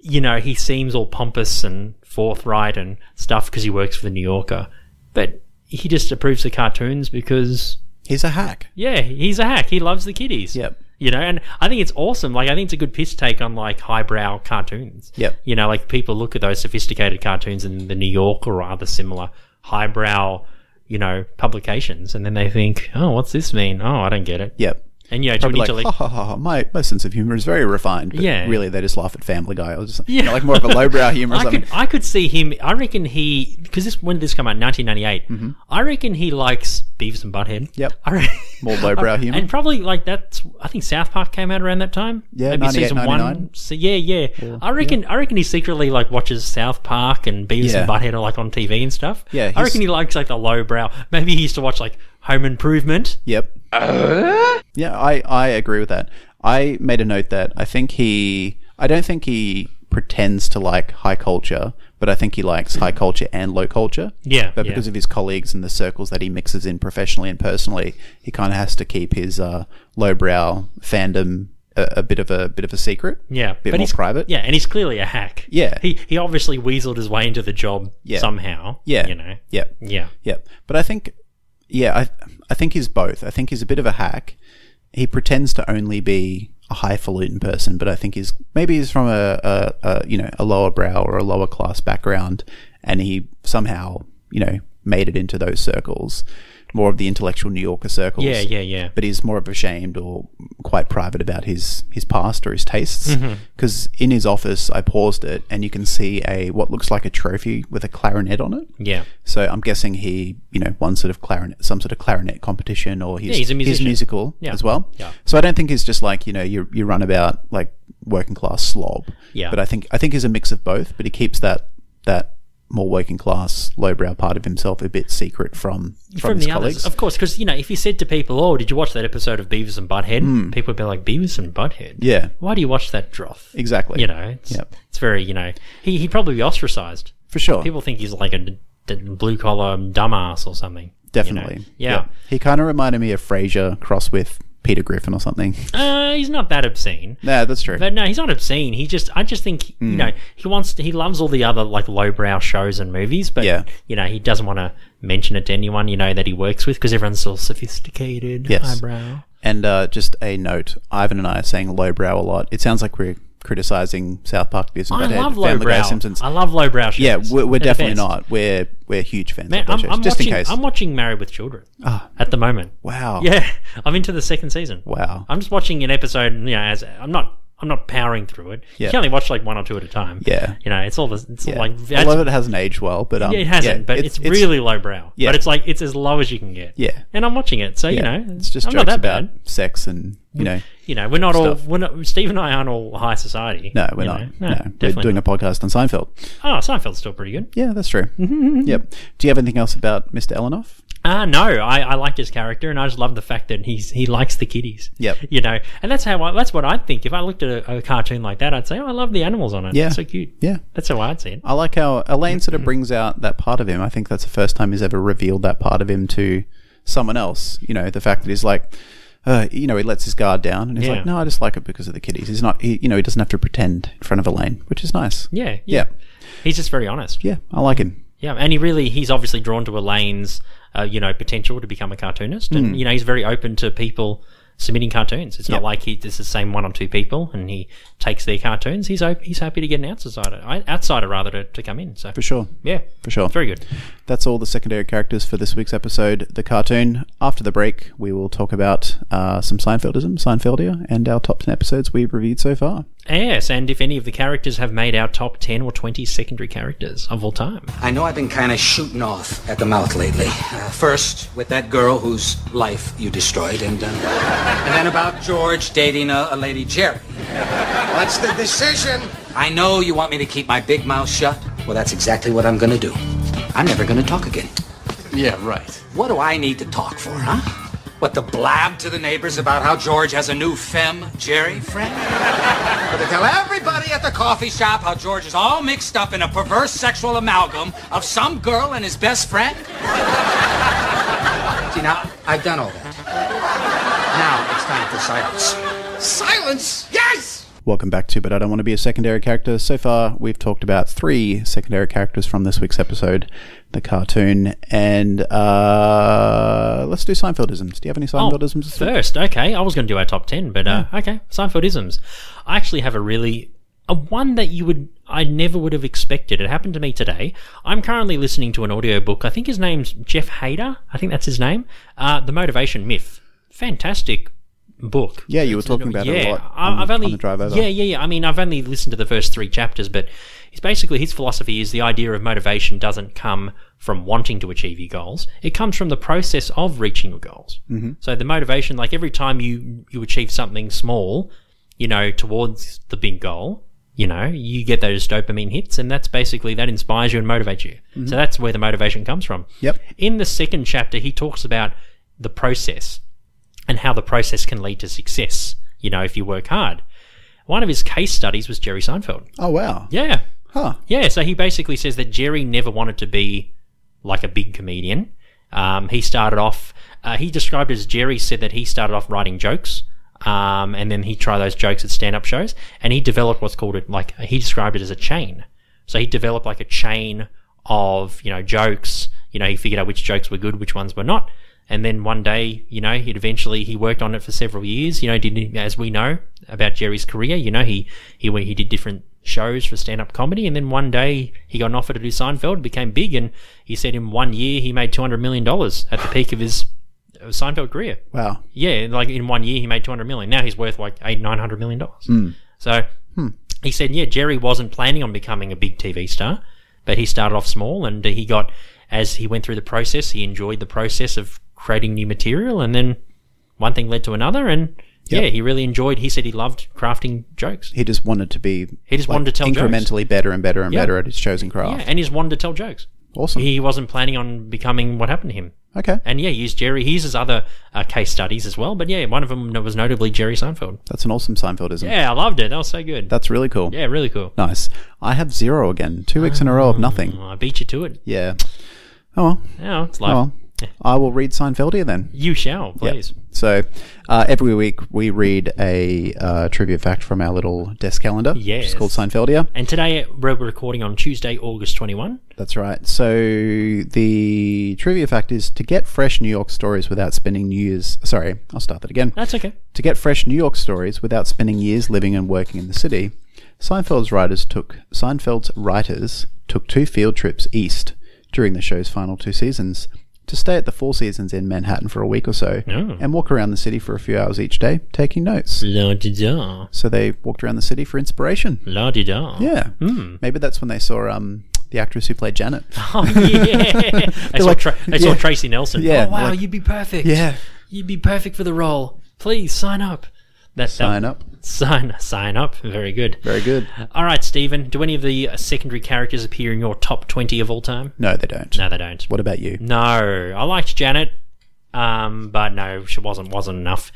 Speaker 2: you know, he seems all pompous and forthright and stuff because he works for the New Yorker. But he just approves the cartoons because,
Speaker 1: He's a hack.
Speaker 2: yeah, he's a hack. He loves the kiddies.
Speaker 1: Yep.
Speaker 2: You know, and I think it's awesome. Like, I think it's a good piss take on, like, highbrow cartoons.
Speaker 1: Yep.
Speaker 2: You know, like, people look at those sophisticated cartoons in the New Yorker or other similar highbrow, you know, publications, and then they think, oh, what's this mean? Oh, I don't get it.
Speaker 1: Yep.
Speaker 2: And, you know, do we
Speaker 1: Probably like,
Speaker 2: need to, like,
Speaker 1: ha, ha, ha, ha, my, my sense of humor is very refined. But
Speaker 2: Yeah.
Speaker 1: Really, they just laugh at Family Guy. Or just, you know, like more of a lowbrow humor or
Speaker 2: I
Speaker 1: something.
Speaker 2: could, I could see him. I reckon he because this when did this come out? Nineteen I reckon he likes Beavis and Butthead.
Speaker 1: Mm-hmm. Yep.
Speaker 2: I reckon,
Speaker 1: More lowbrow humor.
Speaker 2: and probably like that's. I think South Park came out around that time.
Speaker 1: Yeah,
Speaker 2: maybe
Speaker 1: 98,
Speaker 2: season
Speaker 1: 99.
Speaker 2: one. So yeah, yeah, I reckon. I reckon he secretly like watches South Park and Beavis
Speaker 1: Yeah.
Speaker 2: and Butthead are like on TV and stuff.
Speaker 1: Yeah,
Speaker 2: I
Speaker 1: he's-
Speaker 2: reckon he likes like the lowbrow. Maybe he used to watch like Home Improvement.
Speaker 1: Yep.
Speaker 2: Uh?
Speaker 1: Yeah, I, I agree with that. I made a note that I think he, I don't think he pretends to like high culture, but I think he likes high culture and low culture.
Speaker 2: Yeah,
Speaker 1: But
Speaker 2: yeah.
Speaker 1: because of his colleagues and the circles that he mixes in professionally and personally, he kind of has to keep his uh, lowbrow fandom a, a bit of a bit of a secret.
Speaker 2: Yeah,
Speaker 1: bit more
Speaker 2: he's
Speaker 1: private.
Speaker 2: Yeah, and he's clearly a hack.
Speaker 1: Yeah.
Speaker 2: he he obviously weaseled his way into the job
Speaker 1: Yeah.
Speaker 2: somehow.
Speaker 1: Yeah.
Speaker 2: you know.
Speaker 1: Yep.
Speaker 2: Yeah.
Speaker 1: Yep. But I think, yeah, I, I think he's both. I think he's a bit of a hack. He pretends to only be a highfalutin person, but I think he's maybe he's from a, a, a you know a lower brow or a lower class background, and he somehow you know made it into those circles. more of the intellectual New Yorker circles.
Speaker 2: Yeah, yeah, yeah.
Speaker 1: But he's more of ashamed or quite private about his his past or his tastes.
Speaker 2: Mm-hmm.
Speaker 1: Because in his office, I paused it, and you can see a what looks like a trophy with a clarinet on it.
Speaker 2: Yeah.
Speaker 1: So I'm guessing he, you know, won sort of clarinet, some sort of clarinet competition, or he's,
Speaker 2: Yeah, he's a musician.
Speaker 1: musical
Speaker 2: Yeah.
Speaker 1: as well.
Speaker 2: Yeah.
Speaker 1: So I don't think he's just like you know you you run about like working class slob.
Speaker 2: Yeah.
Speaker 1: But I think I think he's a mix of both. But he keeps that that more working class lowbrow part of himself a bit secret from from,
Speaker 2: From,
Speaker 1: his
Speaker 2: the
Speaker 1: colleagues.
Speaker 2: others, of course, because you know, if you said to people, "Oh, did you watch that episode of Beavis and Butthead?" People would be like, "Beavis and Butthead?
Speaker 1: Hmm. Yeah.
Speaker 2: Why do you watch that droth?"
Speaker 1: Exactly.
Speaker 2: You know, it's,
Speaker 1: Yep.
Speaker 2: it's very you know, he he'd probably be ostracized.
Speaker 1: For sure.
Speaker 2: People think he's like a d- d- blue collar dumbass or something. you know.
Speaker 1: Definitely.
Speaker 2: Yeah.
Speaker 1: He kind of reminded me of Frasier cross with Peter Griffin or something.
Speaker 2: Uh, he's not that obscene.
Speaker 1: yeah, that's true.
Speaker 2: But no, he's not obscene. He just, I just think,
Speaker 1: Hmm.
Speaker 2: you know, he wants, to, he loves all the other like lowbrow shows and movies, but
Speaker 1: Yeah.
Speaker 2: you know, he doesn't want to mention it to anyone, you know, that he works with because everyone's all sophisticated,
Speaker 1: Yes.
Speaker 2: eyebrow.
Speaker 1: And uh, just a note, Ivan and I are saying lowbrow a lot. It sounds like we're criticizing South Park Beavis and
Speaker 2: I
Speaker 1: Butthead,
Speaker 2: love
Speaker 1: Family Guy,
Speaker 2: lowbrow.
Speaker 1: uh, Simpsons.
Speaker 2: I love lowbrow shows.
Speaker 1: yeah, we're, we're
Speaker 2: They're the
Speaker 1: definitely
Speaker 2: best.
Speaker 1: not. We're we're huge fans
Speaker 2: Man,
Speaker 1: of those
Speaker 2: I'm,
Speaker 1: shows.
Speaker 2: I'm
Speaker 1: just
Speaker 2: watching,
Speaker 1: in case. Ah.
Speaker 2: I'm watching Married with Children at the moment.
Speaker 1: wow.
Speaker 2: Yeah, I'm into the second season.
Speaker 1: Wow.
Speaker 2: I'm just watching an episode, and, you know, as I'm not. I'm not powering through it.
Speaker 1: Yeah.
Speaker 2: You can only watch like one or two at a time.
Speaker 1: Yeah.
Speaker 2: you know, it's all the, it's all
Speaker 1: Yeah.
Speaker 2: like
Speaker 1: I love it hasn't aged well, but um,
Speaker 2: Yeah, it hasn't, but it's, really lowbrow.
Speaker 1: Yeah.
Speaker 2: But it's like it's as low as you can get.
Speaker 1: Yeah.
Speaker 2: And I'm watching it, so
Speaker 1: yeah,
Speaker 2: you know,
Speaker 1: it's just
Speaker 2: I'm
Speaker 1: jokes
Speaker 2: not that
Speaker 1: about
Speaker 2: bad.
Speaker 1: sex and you know.
Speaker 2: You know, we're not
Speaker 1: stuff.
Speaker 2: all we're not Steve and I aren't all high society.
Speaker 1: No, we're
Speaker 2: you
Speaker 1: not.
Speaker 2: know.
Speaker 1: no, we're
Speaker 2: definitely.
Speaker 1: doing a
Speaker 2: not.
Speaker 1: podcast on Seinfeld.
Speaker 2: Oh, Seinfeld's still pretty good.
Speaker 1: Yeah, that's
Speaker 2: Mm-hmm,
Speaker 1: true. yep. Do you have anything else about Mr. Elenoff?
Speaker 2: Ah, no, I, I liked his character, and I just love the fact that he's he likes the kiddies.
Speaker 1: Yep.
Speaker 2: You know, and that's how I, that's what I'd think if I looked at a, a cartoon like that. I'd say, oh, I love the animals on it.
Speaker 1: Yeah.
Speaker 2: It's so cute.
Speaker 1: Yeah.
Speaker 2: That's how I'd see it.
Speaker 1: I like how Elaine
Speaker 2: Mm-hmm.
Speaker 1: sort of brings out that part of him. I think that's the first time he's ever revealed that part of him to someone else. You know, the fact that he's like, uh, you know, he lets his guard down and he's
Speaker 2: Yeah.
Speaker 1: like, no, I just like it because of the kiddies. He's not, he, you know, he doesn't have to pretend in front of Elaine, which is nice.
Speaker 2: Yeah, yeah.
Speaker 1: Yeah.
Speaker 2: He's just very honest.
Speaker 1: Yeah. I like him.
Speaker 2: Yeah, and he really he's obviously drawn to Elaine's uh, you know potential to become a cartoonist, and you know he's very open to people submitting cartoons. It's
Speaker 1: Mm. Yep.
Speaker 2: not like he this is the same one or two people, and he takes their cartoons. He's op- he's happy to get an outsider, I- outsider rather to, to come in. So
Speaker 1: For sure.
Speaker 2: yeah,
Speaker 1: For sure.
Speaker 2: very good.
Speaker 1: That's all the secondary characters for this week's episode, the cartoon. After the break, we will talk about uh, some Seinfeldism, Seinfeldia, and our top 10 episodes we've reviewed so far.
Speaker 2: Yes, and if any of the characters have made our top ten or twenty secondary characters of all time,
Speaker 7: I know I've been kind of shooting off at the mouth lately. Uh, first, with that girl whose life you destroyed, and, uh, and then about George dating a, a lady Jerry.
Speaker 8: What's the decision?
Speaker 7: I know you want me to keep my big mouth shut. Well, that's exactly what I'm going to do. I'm never going to talk again.
Speaker 8: Yeah, right.
Speaker 7: What do I need to talk for, huh? What, the blab to the neighbors about how George has a new femme Jerry friend?
Speaker 8: But to tell
Speaker 7: Everybody at the coffee shop how George is all mixed up in a perverse sexual amalgam of some girl and his best friend? See, now, I've done all that. Now it's time for silence.
Speaker 8: silence. Yes.
Speaker 1: Welcome back to But I Don't Want to Be a Secondary Character. So far, we've talked about three secondary characters from this week's episode, the cartoon, and uh, let's do Seinfeldisms. Do you have any
Speaker 2: Oh,
Speaker 1: Seinfeldisms? this week?
Speaker 2: first, okay. I was going to do our top ten, but uh, okay. Seinfeldisms. I actually have a really a one that you would I never would have expected. It happened to me today. I'm currently listening to an audiobook. I think his name's Jeff Hader. I think that's his name. Uh, the Motivation Myth. Fantastic book.
Speaker 1: Yeah, you were talking about it a
Speaker 2: yeah,
Speaker 1: lot
Speaker 2: I-
Speaker 1: on,
Speaker 2: I've only
Speaker 1: on the drive over.
Speaker 2: Yeah, yeah, yeah. I mean, I've only listened to the first three chapters, but it's basically his philosophy is the idea of motivation doesn't come from wanting to achieve your goals; it comes from the process of reaching your goals. Mm-hmm. So the motivation, like every time you you achieve something small, you know, towards the big goal, you know, you get those dopamine hits, and that's basically that inspires you and motivates you.
Speaker 1: Mm-hmm.
Speaker 2: So that's where the motivation comes from.
Speaker 1: Yep.
Speaker 2: In the second chapter, he talks about the process and how the process can lead to success, you know, if you work hard. One of his case studies was Jerry Seinfeld.
Speaker 1: Oh, wow.
Speaker 2: Yeah.
Speaker 1: Huh.
Speaker 2: Yeah. So he basically says that Jerry never wanted to be like a big comedian. Um, he started off, uh, he described it as Jerry said that he started off writing jokes. Um, and then he tried those jokes at stand up shows and he developed what's called it, like, he described it as a chain. So he developed like a chain of, you know, jokes. You know, he figured out which jokes were good, which ones were not. And then one day, you know, he'd eventually, he worked on it for several years, you know, did, as we know about Jerry's career, you know, he, he, he did different shows for stand up comedy. And then one day he got an offer to do Seinfeld, became big, and he said in one year he made $200 million at the peak of his uh, Seinfeld career.
Speaker 1: Wow.
Speaker 2: Yeah, like in one year he made two hundred million. Now he's worth like eight nine hundred million dollars.
Speaker 1: Hmm.
Speaker 2: So he said, yeah, Jerry wasn't planning on becoming a big TV star, but he started off small, and he got as he went through the process, he enjoyed the process of creating new material, and then one thing led to another, and yeah, he really enjoyed. He said he loved crafting jokes.
Speaker 1: He just wanted to be.
Speaker 2: He just wanted to tell jokes.
Speaker 1: incrementally better and better and
Speaker 2: Yeah.
Speaker 1: better at his chosen craft.
Speaker 2: Yeah, and he's wanted to tell jokes.
Speaker 1: awesome.
Speaker 2: He wasn't planning on becoming what happened to him.
Speaker 1: okay,
Speaker 2: And yeah, he used Jerry. He uses other uh, case studies as well, but yeah, one of them was notably Jerry Seinfeld.
Speaker 1: that's an awesome Seinfeldism.
Speaker 2: Yeah, I loved it. That was so good.
Speaker 1: that's really cool.
Speaker 2: Yeah, really cool.
Speaker 1: Nice. I have zero again. Two weeks in a row of nothing.
Speaker 2: I beat you to it.
Speaker 1: Yeah. Oh well.
Speaker 2: No, it's
Speaker 1: Oh
Speaker 2: life.
Speaker 1: well. I will read Seinfeld here then.
Speaker 2: You shall,
Speaker 1: Yeah.
Speaker 2: please.
Speaker 1: So uh, every week we read a uh, trivia fact from our little desk calendar. It's
Speaker 2: Yes.
Speaker 1: called Seinfeldia.
Speaker 2: And today we're recording on Tuesday, August 21.
Speaker 1: That's right. So the trivia fact is to get fresh New York stories without spending New Year's. Sorry, I'll start that again.
Speaker 2: That's okay.
Speaker 1: To get fresh New York stories without spending years living and working in the city, Seinfeld's writers took Seinfeld's writers took two field trips east during the show's final two seasons to stay at the Four Seasons in Manhattan for a week or so and walk around the city for a few hours each day taking notes.
Speaker 2: La di da.
Speaker 1: So they walked around the city for inspiration.
Speaker 2: La di da.
Speaker 1: Yeah. Maybe that's when they saw um, the actress who played Janet.
Speaker 2: Oh, yeah. they saw,
Speaker 1: like-
Speaker 2: Tra- they saw
Speaker 1: yeah.
Speaker 2: Tracy Nelson.
Speaker 1: Yeah,
Speaker 2: Oh, wow,
Speaker 1: like-
Speaker 2: you'd be perfect.
Speaker 1: Yeah.
Speaker 2: You'd be perfect for the role. Please sign up. That's
Speaker 1: Sign up.
Speaker 2: Sign, sign up. Very good.
Speaker 1: Very good.
Speaker 2: All right, Stephen, do any of the uh, secondary characters appear in your top 20 of all time?
Speaker 1: No, they don't.
Speaker 2: No, they don't.
Speaker 1: What about you?
Speaker 2: No, I liked Janet, um, but no, she wasn't wasn't enough.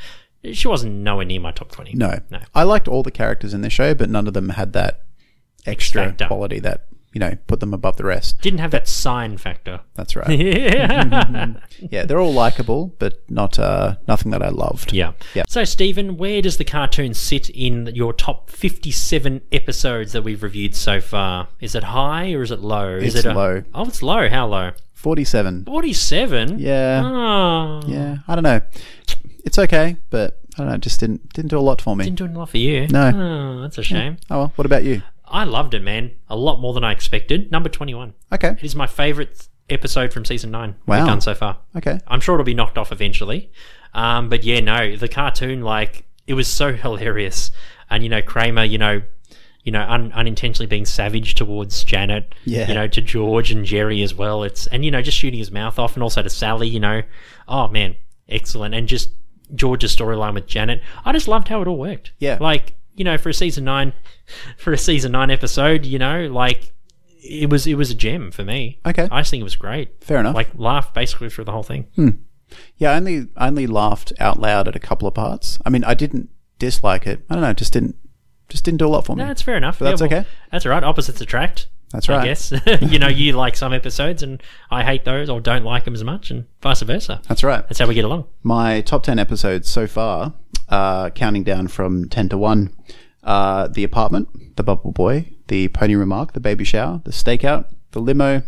Speaker 2: She wasn't nowhere near my top twenty.
Speaker 1: No.
Speaker 2: no.
Speaker 1: I liked all the characters in the show, but none of them had that extra
Speaker 2: Factor.
Speaker 1: quality that, you know, put them above the rest.
Speaker 2: Didn't have that sign factor.
Speaker 1: That's right.
Speaker 2: yeah.
Speaker 1: yeah, they're all likable, but not uh, nothing that I loved.
Speaker 2: yeah.
Speaker 1: Yeah.
Speaker 2: So, Stephen, where does the cartoon sit in your top fifty-seven episodes that we've reviewed so far? Is it high or is it low? Is
Speaker 1: It's
Speaker 2: it a-
Speaker 1: low.
Speaker 2: Oh, it's low. How low?
Speaker 1: 47.
Speaker 2: Forty-seven.
Speaker 1: Yeah.
Speaker 2: Oh,
Speaker 1: Yeah, I don't know. It's okay, but I don't know, it just didn't didn't do a lot for me.
Speaker 2: Didn't do enough for you.
Speaker 1: No.
Speaker 2: Oh, that's a shame.
Speaker 1: Oh, well, what about you?
Speaker 2: I loved it, man. A lot more than I expected. Number twenty-one.
Speaker 1: Okay.
Speaker 2: It is my favourite episode from season nine
Speaker 1: Wow.
Speaker 2: we've done so far.
Speaker 1: Okay.
Speaker 2: I'm sure it'll be knocked off eventually. Um, but yeah, no, the cartoon, like, it was so hilarious. And, you know, Kramer, you know, you know, un- unintentionally being savage towards Janet,
Speaker 1: Yeah.
Speaker 2: you know, to George and Jerry as well. It's, and, you know, just shooting his mouth off and also to Sally, you know, oh man, excellent. And just George's storyline with Janet. I just loved how it all worked.
Speaker 1: Yeah.
Speaker 2: Like, you know, for a season nine, for a season nine episode, you know, like, it was it was a gem for me.
Speaker 1: Okay.
Speaker 2: I just think it was great.
Speaker 1: Fair enough.
Speaker 2: Like laugh basically through the whole thing.
Speaker 1: Yeah, I only I only laughed out loud at a couple of parts. I mean, I didn't dislike it. I don't know, it just didn't just didn't do a lot for me.
Speaker 2: No, that's fair enough.
Speaker 1: But that's okay.
Speaker 2: That's all right. Opposites attract.
Speaker 1: That's
Speaker 2: I
Speaker 1: right.
Speaker 2: guess you know you like some episodes and I hate those or don't like them as much, and vice versa.
Speaker 1: That's right.
Speaker 2: That's how we get along.
Speaker 1: My top 10 episodes so far, uh, counting down from 10 to 1, uh, The Apartment, The Bubble Boy, The Pony Remark, The Baby Shower, The Stakeout, The Limo,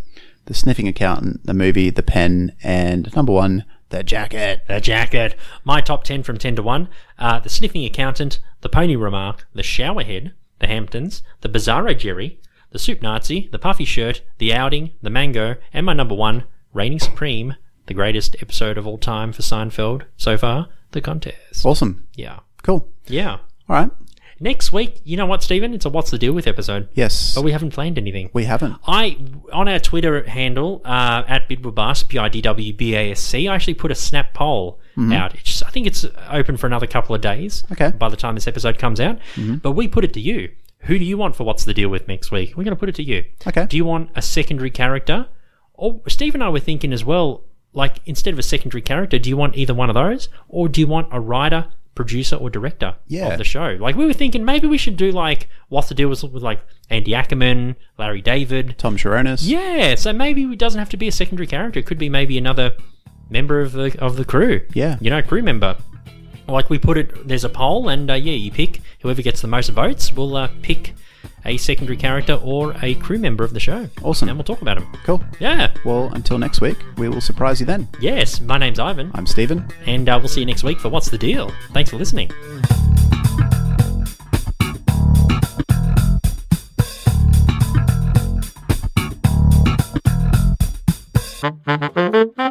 Speaker 1: The Sniffing Accountant, The Movie, The Pen, and number one, The Jacket.
Speaker 2: The jacket. My top ten from ten to one: uh, the sniffing accountant, the pony remark, the showerhead, the Hamptons, the Bizarro Jerry, the soup Nazi, the puffy shirt, the outing, the mango, and my number one, reigning supreme, the greatest episode of all time for Seinfeld so far, the contest.
Speaker 1: Awesome.
Speaker 2: Yeah,
Speaker 1: Cool.
Speaker 2: yeah.
Speaker 1: All right.
Speaker 2: Next week, you know what, Stephen? It's a what's the deal with episode.
Speaker 1: Yes.
Speaker 2: But we haven't planned anything.
Speaker 1: we haven't.
Speaker 2: I on our Twitter handle uh, at Bidwabas B I D W B A S C. I actually put a snap poll out. It's I think it's open for another couple of days.
Speaker 1: Mm-hmm. Okay. Mm-hmm.
Speaker 2: By the time this episode comes out, but we put it to you. Who do you want for what's the deal with next week? We're going to put it to you.
Speaker 1: Okay.
Speaker 2: Do you want a secondary character? Or Steve and I were thinking as well. Like instead of a secondary character, do you want either one of those, or do you want a writer, producer, or director
Speaker 1: Yeah.
Speaker 2: of the show? Like we were thinking, maybe we should do like what's the deal with, with like Andy Ackerman, Larry David,
Speaker 1: Tom Sharonis.
Speaker 2: yeah, so maybe it doesn't have to be a secondary character. It could be maybe another member of the of the crew.
Speaker 1: Yeah.
Speaker 2: you know, crew member. Like we put it, there's a poll, and uh, yeah, you pick whoever gets the most votes will uh, pick a secondary character or a crew member of the show.
Speaker 1: Awesome.
Speaker 2: and we'll talk about them.
Speaker 1: Cool.
Speaker 2: Yeah.
Speaker 1: Well, until next week, we will surprise you then.
Speaker 2: Yes. My name's Ivan,
Speaker 1: I'm Stephen.
Speaker 2: and uh, we'll see you next week for what's the deal. Thanks for listening.
Speaker 9: Bye.